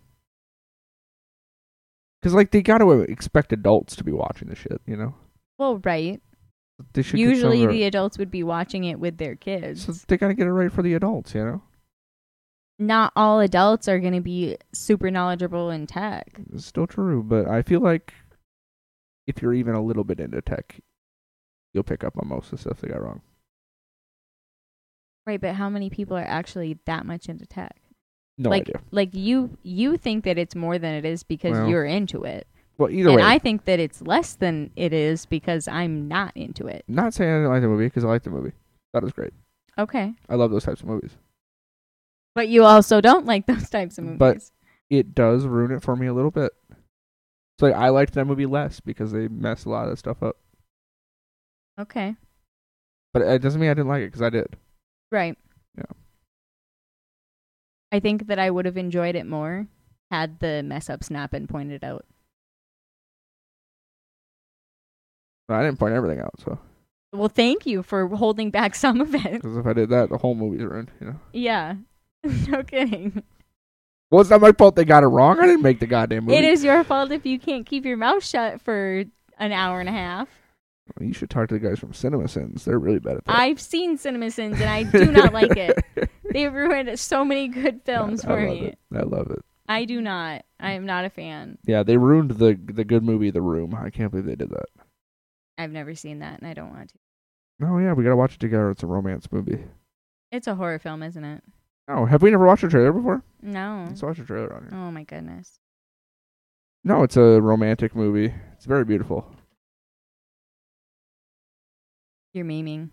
B: Because, like, they got to expect adults to be watching the shit, you know?
A: well, right?
B: They should get some of
A: Usually
B: their-
A: the adults would be watching it with their kids.
B: So they gotta get it right for the adults, you know.
A: not all adults are going to be super knowledgeable in tech.
B: It's still true, but I feel like if you're even a little bit into tech, you'll pick up on most of the stuff they got wrong.
A: Right, but how many people are actually that much into tech?
B: No
A: like
B: idea.
A: like you you think that it's more than it is because
B: Well,
A: you're into it
B: Well, either
A: and
B: way,
A: i
B: I'm
A: think that it's less than it is because i'm not into it
B: not saying I didn't like the movie because I liked the movie. That was great.
A: okay
B: I love those types of movies.
A: but you also don't like those types of movies
B: But- It does ruin it for me a little bit. So like, I liked that movie less because they messed a lot of that stuff up.
A: okay
B: But it doesn't mean I didn't like it because I did.
A: right
B: Yeah.
A: i think that i would have enjoyed it more had the mess ups not been pointed out
B: But I didn't point everything out. So
A: well thank you for holding back some of it
B: because if I did that, the whole movie's ruined. You know.
A: yeah no kidding
B: Well, it's not my fault they got it wrong. I didn't make the goddamn movie.
A: it is your fault if you can't keep your mouth shut for an hour and a half
B: You should talk to the guys from CinemaSins. They're really bad at that.
A: I've seen CinemaSins and I do not like it. They ruined so many good films
B: I
A: for
B: love
A: me.
B: It. I love it.
A: I do not. I am not a fan.
B: Yeah, they ruined the the good movie The Room. I can't believe they did that.
A: I've never seen that and I don't want to.
B: Oh yeah, we gotta watch it together. It's a romance movie.
A: It's a horror film, isn't it?
B: Oh, have we never watched a trailer before?
A: Mm-hmm. No.
B: Let's watch a trailer on here.
A: Oh my goodness.
B: No, it's a romantic movie. It's very beautiful.
A: You're memeing.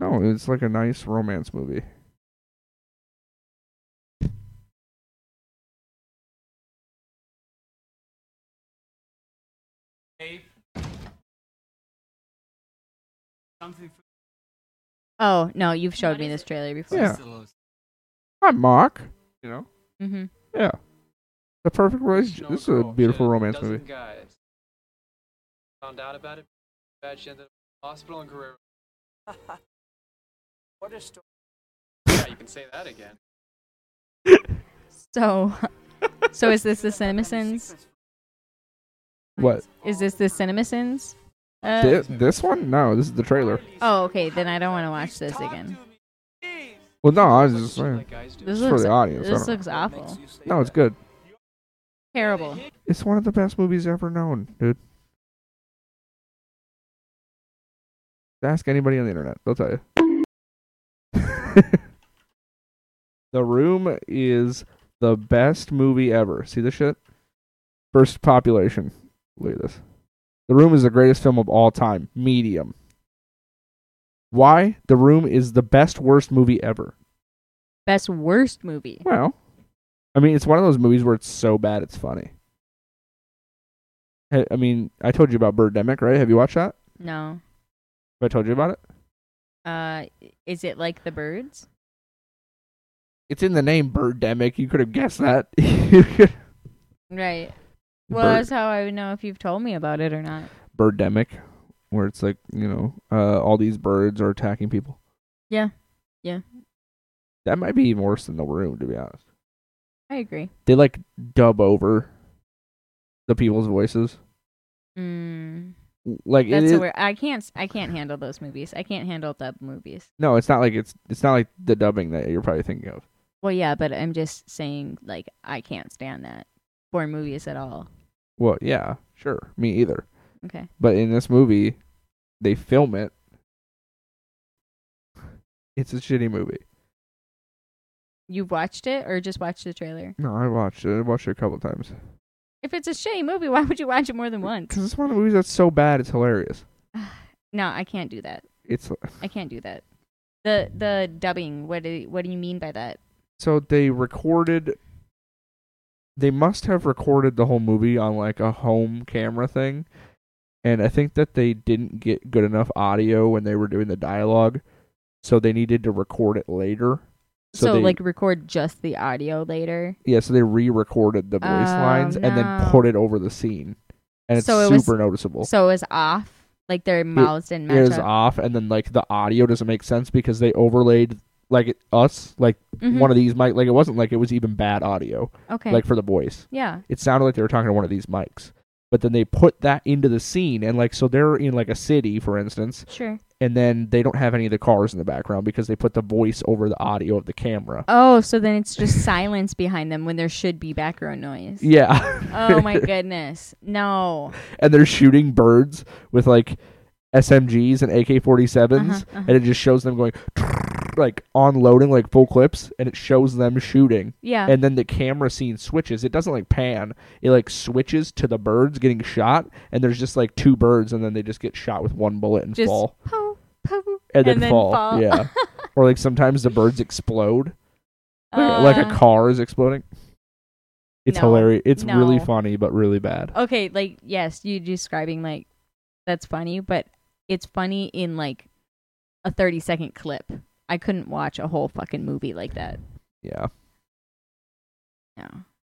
B: No, it's like a nice romance movie.
C: Abe. Something for
A: Oh, no, you've showed me this trailer before.
B: Yeah.
C: Silos.
B: Hi, Mark. You know?
A: hmm
B: Yeah. The perfect relationship.
C: No
B: This is a
C: girl,
B: beautiful
C: shit,
B: romance
C: dozen
B: movie.
C: Guys. Found out about it. Bad she ended up in the hospital in Guerrero.
D: What a story.
C: Yeah, you can say that again.
A: So, so is this the CinemaSins?
B: What?
A: Is this the CinemaSins? Uh,
B: Thi- this one? No, this is the trailer.
A: Oh, okay. Then I don't want to watch this again.
B: Well, no, I was
C: What
B: just
C: the shit
B: saying.
C: like guys do.
A: This
B: It's for
A: looks
B: the audience. I
A: this
B: don't know.
A: looks awful.
B: No, it's good.
A: Terrible.
B: It's one of the best movies ever known, dude. Ask anybody on the internet; they'll tell you. the Room is the best movie ever. See this shit? First population. Look at this. The Room is the greatest film of all time. Medium. Why? The Room is the best worst movie ever.
A: Best worst movie.
B: Well, I mean, it's one of those movies where it's so bad it's funny. I I mean, I told you about Birdemic, right? Have you watched that?
A: No.
B: Have I told you about it?
A: Uh, is it like the birds?
B: It's in the name Birdemic. You could have guessed that. You could-
A: Right. Well,
B: Bird-
A: that's how I would know if you've told me about it or not.
B: birdemic, where it's like you know uh, all these birds are attacking people.
A: Yeah. Yeah.
B: That might be even worse than the room, to be honest.
A: I agree.
B: They like dub over the people's voices.
A: Mm,
B: Like it
A: that's
B: is,
A: where I can't. s- I can't handle those movies. I can't handle dub movies.
B: no, it's not like it's it's not like the dubbing that you're probably thinking of.
A: Well, yeah, but I'm just saying, like, I can't stand that for movies at all.
B: Well, yeah, sure, me either.
A: Okay.
B: But in this movie, they film it. It's a shitty movie.
A: You watched it or just watched the trailer?
B: No, I watched it. I watched it a couple times
A: If it's a shitty movie, why would you watch it more than once?
B: because it's one of the movies that's so bad it's hilarious.
A: No, I can't do that.
B: It's
A: I can't do that. The the dubbing. What do what do you mean by that?
B: so they recorded they must have recorded the whole movie on like a home camera thing and i think that they didn't get good enough audio when they were doing the dialogue so they needed to record it later
A: So,
B: they,
A: like, record just the audio later.
B: yeah so they re-recorded the voice
A: Oh,
B: lines
A: no.
B: and then put it over the scene and it's
A: So it
B: super
A: was-
B: noticeable
A: So it was off. Like their mouths didn't
B: Oh. it
A: match
B: is
A: up.
B: off and then like the audio doesn't make sense because they overlaid like it, us like one of these mic like it wasn't like it was even bad audio
A: Mm-hmm. okay.
B: like for the voice
A: yeah.
B: it sounded like they were talking to one of these mics. But then they put that into the scene, and like, so they're in like a city, for instance,
A: Sure.
B: and then they don't have any of the cars in the background because they put the voice over the audio of the camera.
A: Oh, so then it's just silence behind them when there should be background noise.
B: Yeah.
A: Oh my goodness. No.
B: and they're shooting birds with like SMGs and AK 47s,
A: Uh-huh, uh-huh.
B: and it just shows them going like unloading like full clips, and it shows them shooting.
A: Yeah.
B: and then the camera scene switches. It doesn't like pan. It like switches to the birds getting shot, and there's just like two birds, and then they just get shot with one bullet and
A: just
B: fall,
A: pow, pow,
B: and,
A: and then fall.
B: Yeah, or like sometimes the birds explode, like, like a
A: Uh,
B: car is exploding. It's
A: no,
B: hilarious. It's really
A: no.
B: funny, but really bad.
A: Okay, like yes, you describing like that's funny, but it's funny in like a 30 second clip. I couldn't watch a whole fucking movie like that.
B: Yeah.
A: No.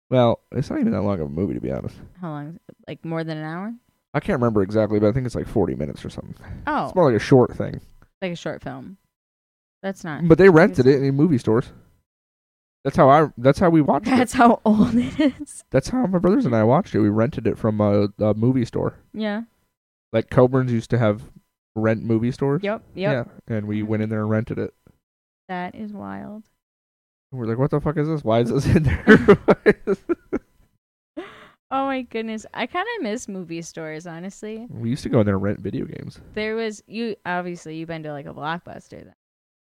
B: Well, it's not even that long of a movie to be honest.
A: How long? is it? Like more than an hour?
B: I can't remember exactly, but I think it's like 40 minutes or something.
A: Oh,
B: It's more like a short thing.
A: like a short film. That's not.
B: But they rented it in movie stores. That's how I. That's how we watched it.
A: That's how old it is.
B: That's how my brothers and I watched it. We rented it from a, a movie store.
A: Yeah.
B: Like Coburn's used to have rent movie stores.
A: Yep. Yep. Mm-hmm.
B: Yeah, and we went in there and rented it.
A: That is wild.
B: And we're like, "What the fuck is this? Why is this in there?"
A: Oh my goodness. I kind of miss movie stores, honestly.
B: we used to go in there and rent video games.
A: There was you obviously you've been to like a blockbuster then.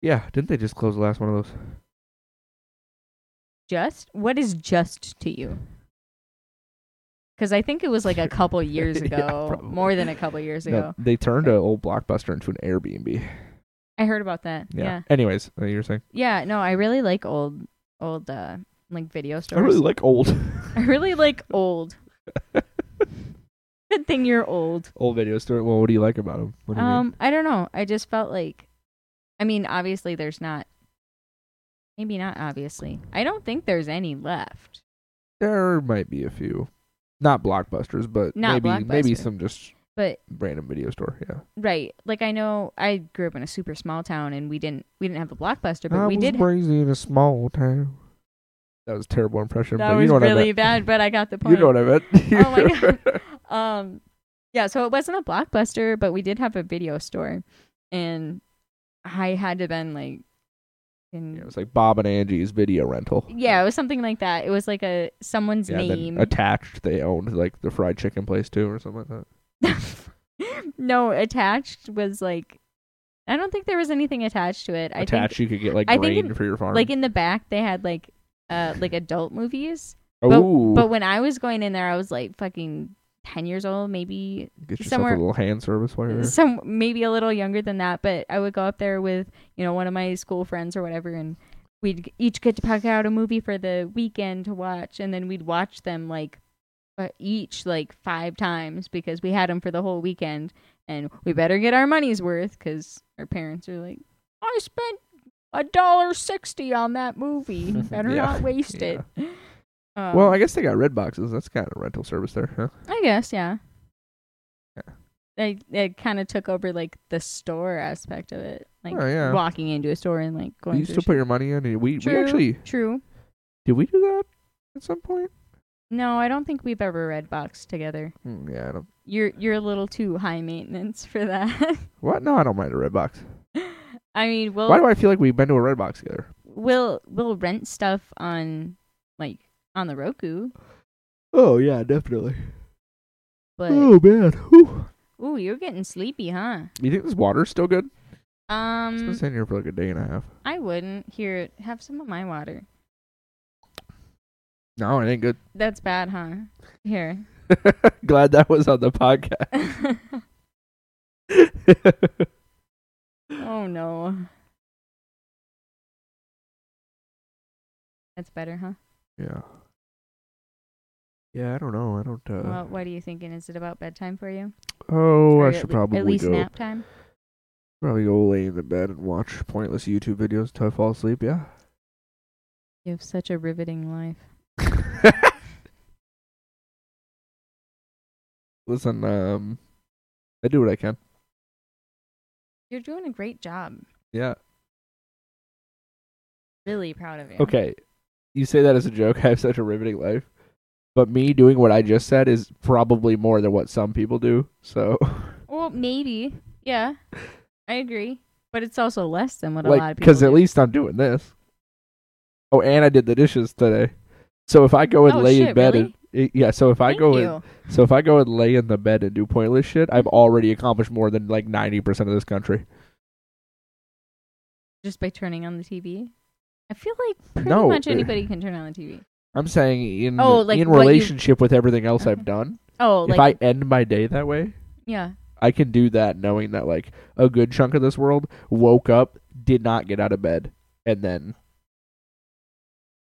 B: Yeah, didn't they just close the last one of those?
A: Just what is just to you? Cuz I think it was like a couple years
B: Yeah,
A: ago,
B: probably.
A: more than a couple years
B: No,
A: ago.
B: they turned an old blockbuster into an Airbnb.
A: I heard about that.
B: Yeah.
A: Yeah. yeah.
B: Anyways, uh, you were saying
A: no, I really like old old uh like video
B: I
A: stores.
B: really like old
A: I really like old. Good thing you're old.
B: old video store. Well, what do you like about them? What do you mean?
A: Um, I don't know. I just felt like, I mean, obviously there's not, maybe not obviously. I don't think there's any left.
B: There might be a few, not blockbusters, but
A: Not
B: maybe maybe
A: Blockbuster.
B: some just
A: But
B: random video store. Yeah.
A: right, like I know I grew up in a super small town and we didn't we didn't have a blockbuster, but
B: I
A: we
B: was
A: did.
B: raised in a small town. That was a terrible impression.
A: that
B: but
A: was
B: you know what
A: really
B: I
A: bad, but I got the
B: meant. You
A: point.
B: know what I meant.
A: Oh my God. um, yeah, so it wasn't a blockbuster, but we did have a video store, and I had to been like, in,
B: Yeah, it was like Bob and Angie's video rental.
A: yeah, it was something like that. It was like a someone's
B: Yeah, and
A: name.
B: then attached, they owned like the fried chicken place too, or something like that.
A: no, attached was like I don't think there was anything attached to it. I
B: attached,
A: think
B: you could get like
A: I think
B: grain
A: in-
B: for your farm.
A: like in the back they had like uh, like adult movies.
B: Oh,
A: But when I was going in there, I was like fucking ten years old, maybe
B: get yourself
A: somewhere-
B: a little hand service while you're there.
A: some maybe a little younger than that, but I would go up there with you know one of my school friends or whatever, and we'd g- each get to pick out a movie for the weekend to watch, and then we'd watch them like uh, each like five times because we had them for the whole weekend, and we better get our money's worth because our parents are like, I spent a dollar sixty on that movie, better
B: Yeah.
A: not waste it. Um,
B: Well, I guess they got red boxes. That's kind of rental service there, huh?
A: I guess, yeah.
B: Yeah.
A: They it kind of took over like the store aspect of it, like
B: Oh, yeah.
A: walking into a store and like going.
B: you
A: through
B: still put your money in. And
A: shit.
B: we we
A: True,
B: actually
A: true.
B: did we do that at some point?
A: No, I don't think we've ever read box together.
B: Hmm, yeah, I don't.
A: You're you're a little too high maintenance for that.
B: What? No, I don't mind a red box.
A: I mean, we'll
B: Why do I feel like we've been to a red box together?
A: we'll we'll rent stuff on like on the Roku,
B: Oh yeah, definitely. Oh,
A: but
B: man, Whew.
A: ooh, you're getting sleepy, huh?
B: you think this water's still good? It's been
A: Um,
B: sitting here for like a day and a half.
A: I wouldn't. Here, have some of my water.
B: No, it ain't good.
A: That's bad, huh? Here.
B: Glad that was on the podcast.
A: Oh no. That's better, huh?
B: yeah. Yeah, I don't know. I don't. Uh,
A: well, what are you thinking? Is it about bedtime for you?
B: oh,
A: Or
B: I
A: at
B: should
A: le-
B: probably
A: at least
B: go.
A: nap time.
B: Probably go lay in the bed and watch pointless YouTube videos until I fall asleep. Yeah.
A: You have such a riveting life.
B: Listen, um, I do what I can.
A: You're doing a great job.
B: Yeah.
A: Really proud of you.
B: Okay. You say that as a joke. I have such a riveting life. But me doing what I just said is probably more than what some people do. So,
A: Well, maybe. Yeah. I agree. But it's also less than what a lot
B: like,
A: of people
B: because at
A: do.
B: least I'm doing this. Oh, and I did the dishes today. So if I go and
A: Oh,
B: lay in
A: shit,
B: bed,
A: really?
B: and, i- yeah. So if I
A: Thank
B: go
A: you.
B: and so if I go and lay in the bed and do pointless shit, I've already accomplished more than like ninety percent of this country.
A: just by turning on the TV. I feel like pretty
B: No,
A: much
B: uh,
A: anybody can turn on the TV.
B: I'm saying in
A: Oh, like
B: in
A: what you-
B: relationship with everything else I've done.
A: Oh,
B: if
A: like
B: I end my day that way,
A: yeah.
B: I can do that knowing that like a good chunk of this world woke up, did not get out of bed, and then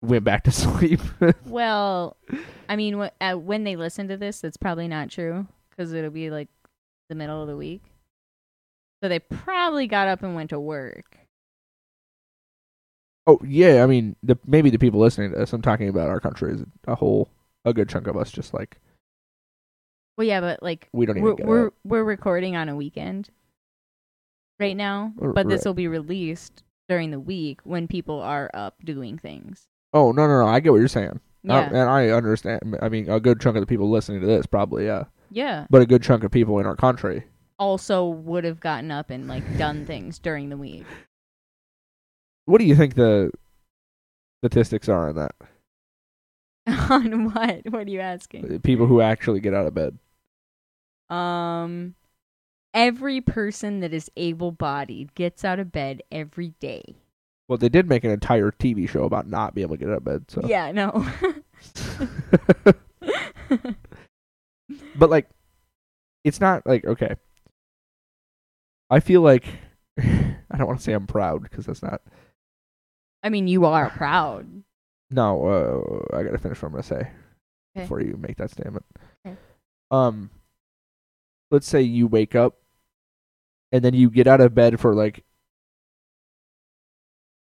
B: went back to sleep.
A: Well, I mean, wh- uh, when they listen to this, that's probably not true because it'll be like the middle of the week. So they probably got up and went to work.
B: oh yeah, I mean the maybe the people listening to this, I'm talking about our country is a whole a good chunk of us just like
A: Well, yeah, but like
B: we don't even
A: we're
B: get
A: we're,
B: up.
A: we're recording on a weekend right now,
B: R-
A: but this
B: right.
A: will be released during the week when people are up doing things.
B: Oh no no no, I get what you're saying. I-
A: Yeah,
B: and I understand I mean a good chunk of the people listening to this probably, yeah.
A: yeah.
B: But a good chunk of people in our country
A: Also, would have gotten up and like done things during the week.
B: What do you think the statistics are on that?
A: On what? What are you asking?
B: People who actually get out of bed.
A: Um, every person that is able bodied gets out of bed every day.
B: Well, they did make an entire TV show about not being able to get out of bed. So,
A: Yeah, no.
B: but like, it's not like okay. I feel like I don't want to say I'm proud because that's not.
A: I mean, you are proud.
B: No, uh, I gotta finish what I'm gonna say before you make that statement.
A: Okay.
B: Um, let's say you wake up, and then you get out of bed for like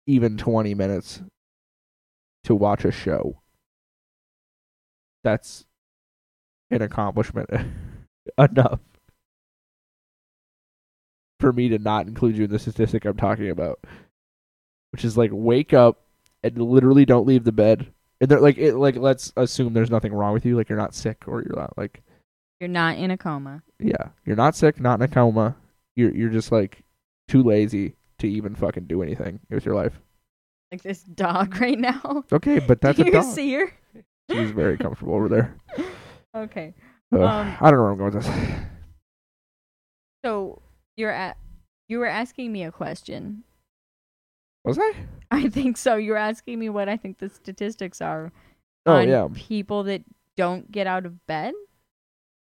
B: even twenty minutes to watch a show. That's an accomplishment enough for me to not include you in the statistic I'm talking about, which is like wake up and literally don't leave the bed and they're like, it, like let's assume there's nothing wrong with you, like you're not sick or you're not like,
A: You're not in a coma.
B: yeah, you're not sick, not in a coma. You're you're just like too lazy to even fucking do anything with your life.
A: Like this dog right now.
B: Okay, but that's
A: Do
B: a
A: you
B: dog.
A: see her?
B: She's very comfortable over there.
A: Okay.
B: Uh,
A: Um,
B: I don't know where I'm going with this.
A: So you're at. You were asking me a question.
B: Was I?
A: I think so. You're asking me what I think the statistics are
B: Oh
A: on
B: yeah,
A: people that don't get out of bed.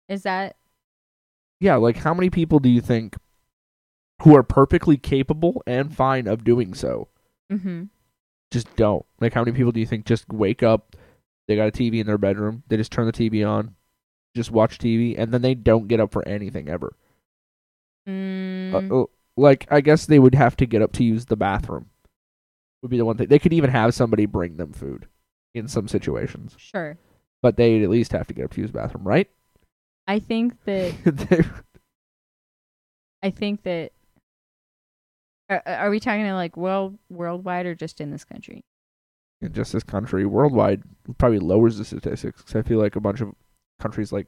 A: Is that
B: yeah. Like how many people do you think who are perfectly capable and fine of doing so
A: mm-hmm.
B: just don't? Like how many people do you think just wake up, they got a TV in their bedroom, they just turn the TV on, just watch TV, and then they don't get up for anything ever. Uh,
A: Mm,
B: uh, like I guess they would have to get up to use the bathroom. Would be the one thing. They could even have somebody bring them food in some situations,
A: sure.
B: but they'd at least have to get up to use the bathroom, right?
A: I think that
B: They-
A: I think that are, are we talking to like world worldwide or just in this country?
B: in just this country, worldwide probably lowers the statistics. 'cause I feel like a bunch of countries like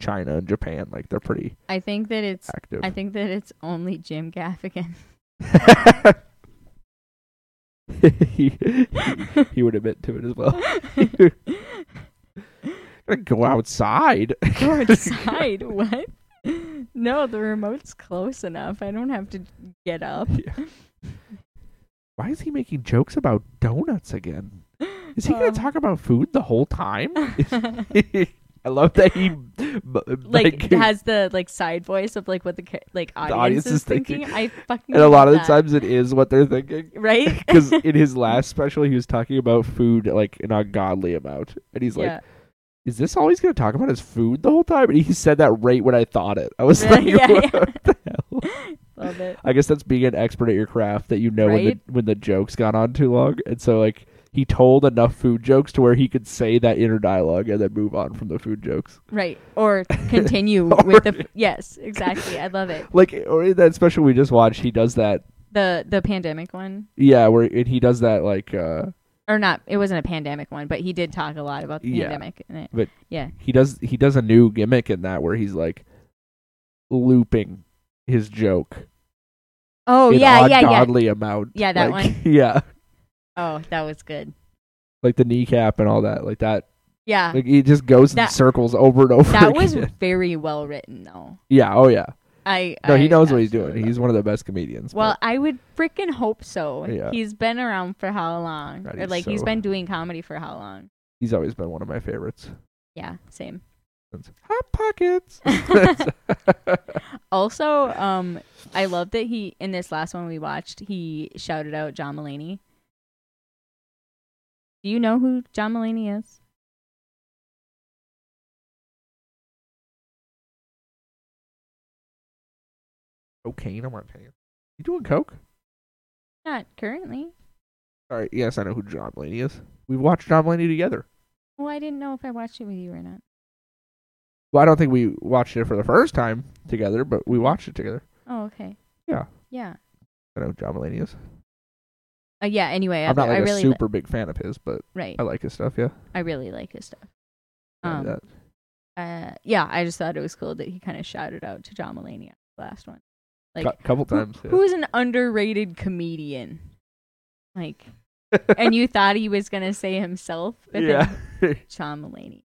B: China and Japan, like they're pretty
A: I think that it's
B: active.
A: I think that it's only Jim Gaffigan.
B: he, he would admit to it as well. Gotta go outside.
A: Go outside. what? No, the remote's close enough. I don't have to get up.
B: Why is he making jokes about donuts again? Is he gonna
A: Um,
B: talk about food the whole time? I love that he b-
A: like it has the like side voice of like what the ca- like audience,
B: audience
A: is,
B: is
A: thinking.
B: thinking.
A: I fucking
B: and a lot
A: love
B: of the
A: that.
B: times it is what they're thinking.
A: right?
B: Because in his last special, he was talking about food like an ungodly amount, and he's like,
A: yeah,
B: "Is this all he's gonna talk about is food the whole time?" And he said that right when I thought it. I was
A: Yeah,
B: like,
A: yeah,
B: "What
A: yeah.
B: the hell?"
A: love it.
B: I guess that's being an expert at your craft that you know when the
A: Right?
B: when the joke's gone on too long. And so like he told enough food jokes to where he could say that inner dialogue and then move on from the food jokes.
A: Right. Or continue
B: Or-
A: with the yes, exactly. I love it.
B: Like or in that special we just watched, he does that
A: The the pandemic one.
B: yeah, where and he does that like uh
A: Or not it wasn't a pandemic one, but he did talk a lot about the
B: Yeah.
A: pandemic in it.
B: he does he does a new gimmick in that where he's like looping his joke.
A: Oh
B: in
A: yeah, yeah, yeah.
B: ungodly amount.
A: Yeah, that
B: Like, Yeah.
A: Oh, that was good.
B: Like the kneecap and all that. Like that
A: Yeah.
B: like he just goes
A: That-
B: in circles over and over
A: That was
B: again.
A: very well written though.
B: Yeah, oh yeah.
A: I
B: No,
A: I
B: he knows what he's
A: absolutely
B: doing.
A: love
B: He's one of the best comedians.
A: Well, I would freaking hope so.
B: Yeah.
A: He's been around for how long?
B: God,
A: or
B: he's
A: like he's
B: so-
A: been doing comedy for how long?
B: he's always been one of my favorites.
A: Yeah, same.
B: Since Hot Pockets.
A: also, um, I love that he in this last one we watched, he shouted out John Mulaney. Do you know who John Mulaney is?
B: Cocaine on my pants. You doing coke?
A: Not currently.
B: All right. Yes, I know who John Mulaney is. We watched John Mulaney together.
A: Well, I didn't know if I watched it with you or not.
B: Well, I don't think we watched it for the first time together, but we watched it together.
A: Oh, okay.
B: Yeah.
A: Yeah.
B: I know who John Mulaney is.
A: Uh, yeah. Anyway, I,
B: I'm not
A: I
B: like a
A: really li-
B: super big fan of his, but
A: right.
B: I like his stuff. Yeah.
A: I really like his stuff.
B: I like
A: Um,
B: that.
A: uh, yeah, I just thought it was cool that he kind of shouted out to John Mulaney on the last one. Like,
B: Cou- couple
A: who-
B: times. yeah.
A: who's an underrated comedian? Like, and you thought he was gonna say himself, but
B: yeah.
A: then John Mulaney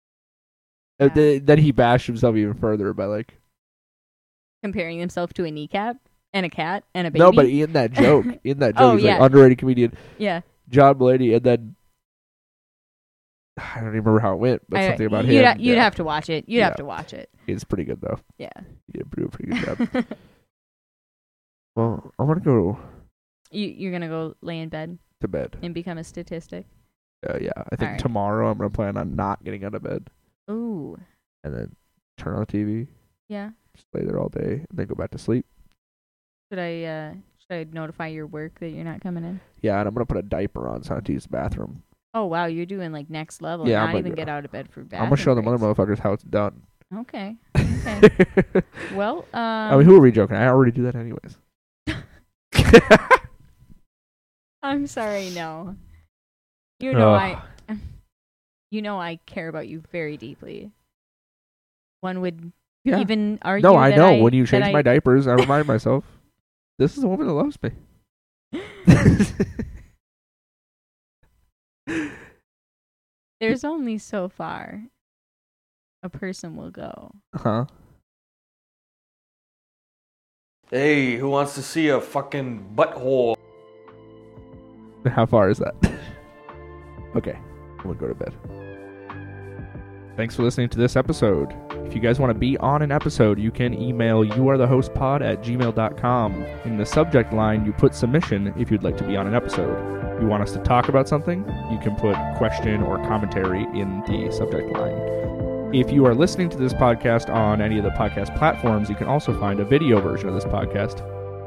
B: And then, then he bashed himself even further by like
A: comparing himself to a kneecap and a cat and a baby.
B: no, but in that joke, in that joke,
A: Oh,
B: he's
A: yeah.
B: like underrated comedian.
A: yeah,
B: John Mulaney, and then I don't even remember how it went, but
A: I-
B: something about
A: you'd
B: him.
A: ha- you'd
B: yeah.
A: have to watch it. You'd
B: Yeah.
A: have to watch it.
B: It's pretty good though.
A: Yeah.
B: He did do a pretty good job. well, I want to go
A: you, you're gonna go lay in bed
B: to bed.
A: and become a statistic.
B: Uh, yeah, I think
A: Alright.
B: tomorrow I'm gonna plan on not getting out of bed
A: Ooh,
B: and then turn on the TV,
A: yeah.
B: just lay there all day, and then go back to sleep.
A: Should I uh, should I notify your work that you're not coming in?
B: Yeah, and I'm gonna put a diaper on so I have to use the bathroom.
A: Oh wow, you're doing like next level.
B: Yeah,
A: Yeah,
B: I'm
A: not
B: gonna
A: even
B: do
A: get
B: it.
A: out of bed for bad.
B: I'm gonna show the other motherfuckers how it's done.
A: Okay. Okay. well, um,
B: I mean, who are we joking? I already do that anyways.
A: I'm sorry. No, you know I, you know I care about you very deeply. One would
B: yeah.
A: even argue.
B: no, I
A: that
B: know. when you
A: that
B: change
A: I-
B: my diapers, I remind myself, this is a woman that loves me.
A: there's only so far a person will go.
B: huh?
E: Hey, who wants to see a fucking butthole?
D: How far is that? okay, I'm gonna go to bed.
B: Thanks for listening to this episode. If you guys want to be on an episode, you can email youarethehostpod at gmail.com. In the subject line, you put submission if you'd like to be on an episode. If you want us to talk about something, you can put question or commentary in the subject line. If you are listening to this podcast on any of the podcast platforms, you can also find a video version of this podcast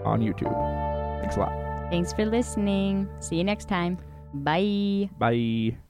B: on YouTube. Thanks a lot.
A: Thanks for listening. See you next time. Bye.
B: Bye.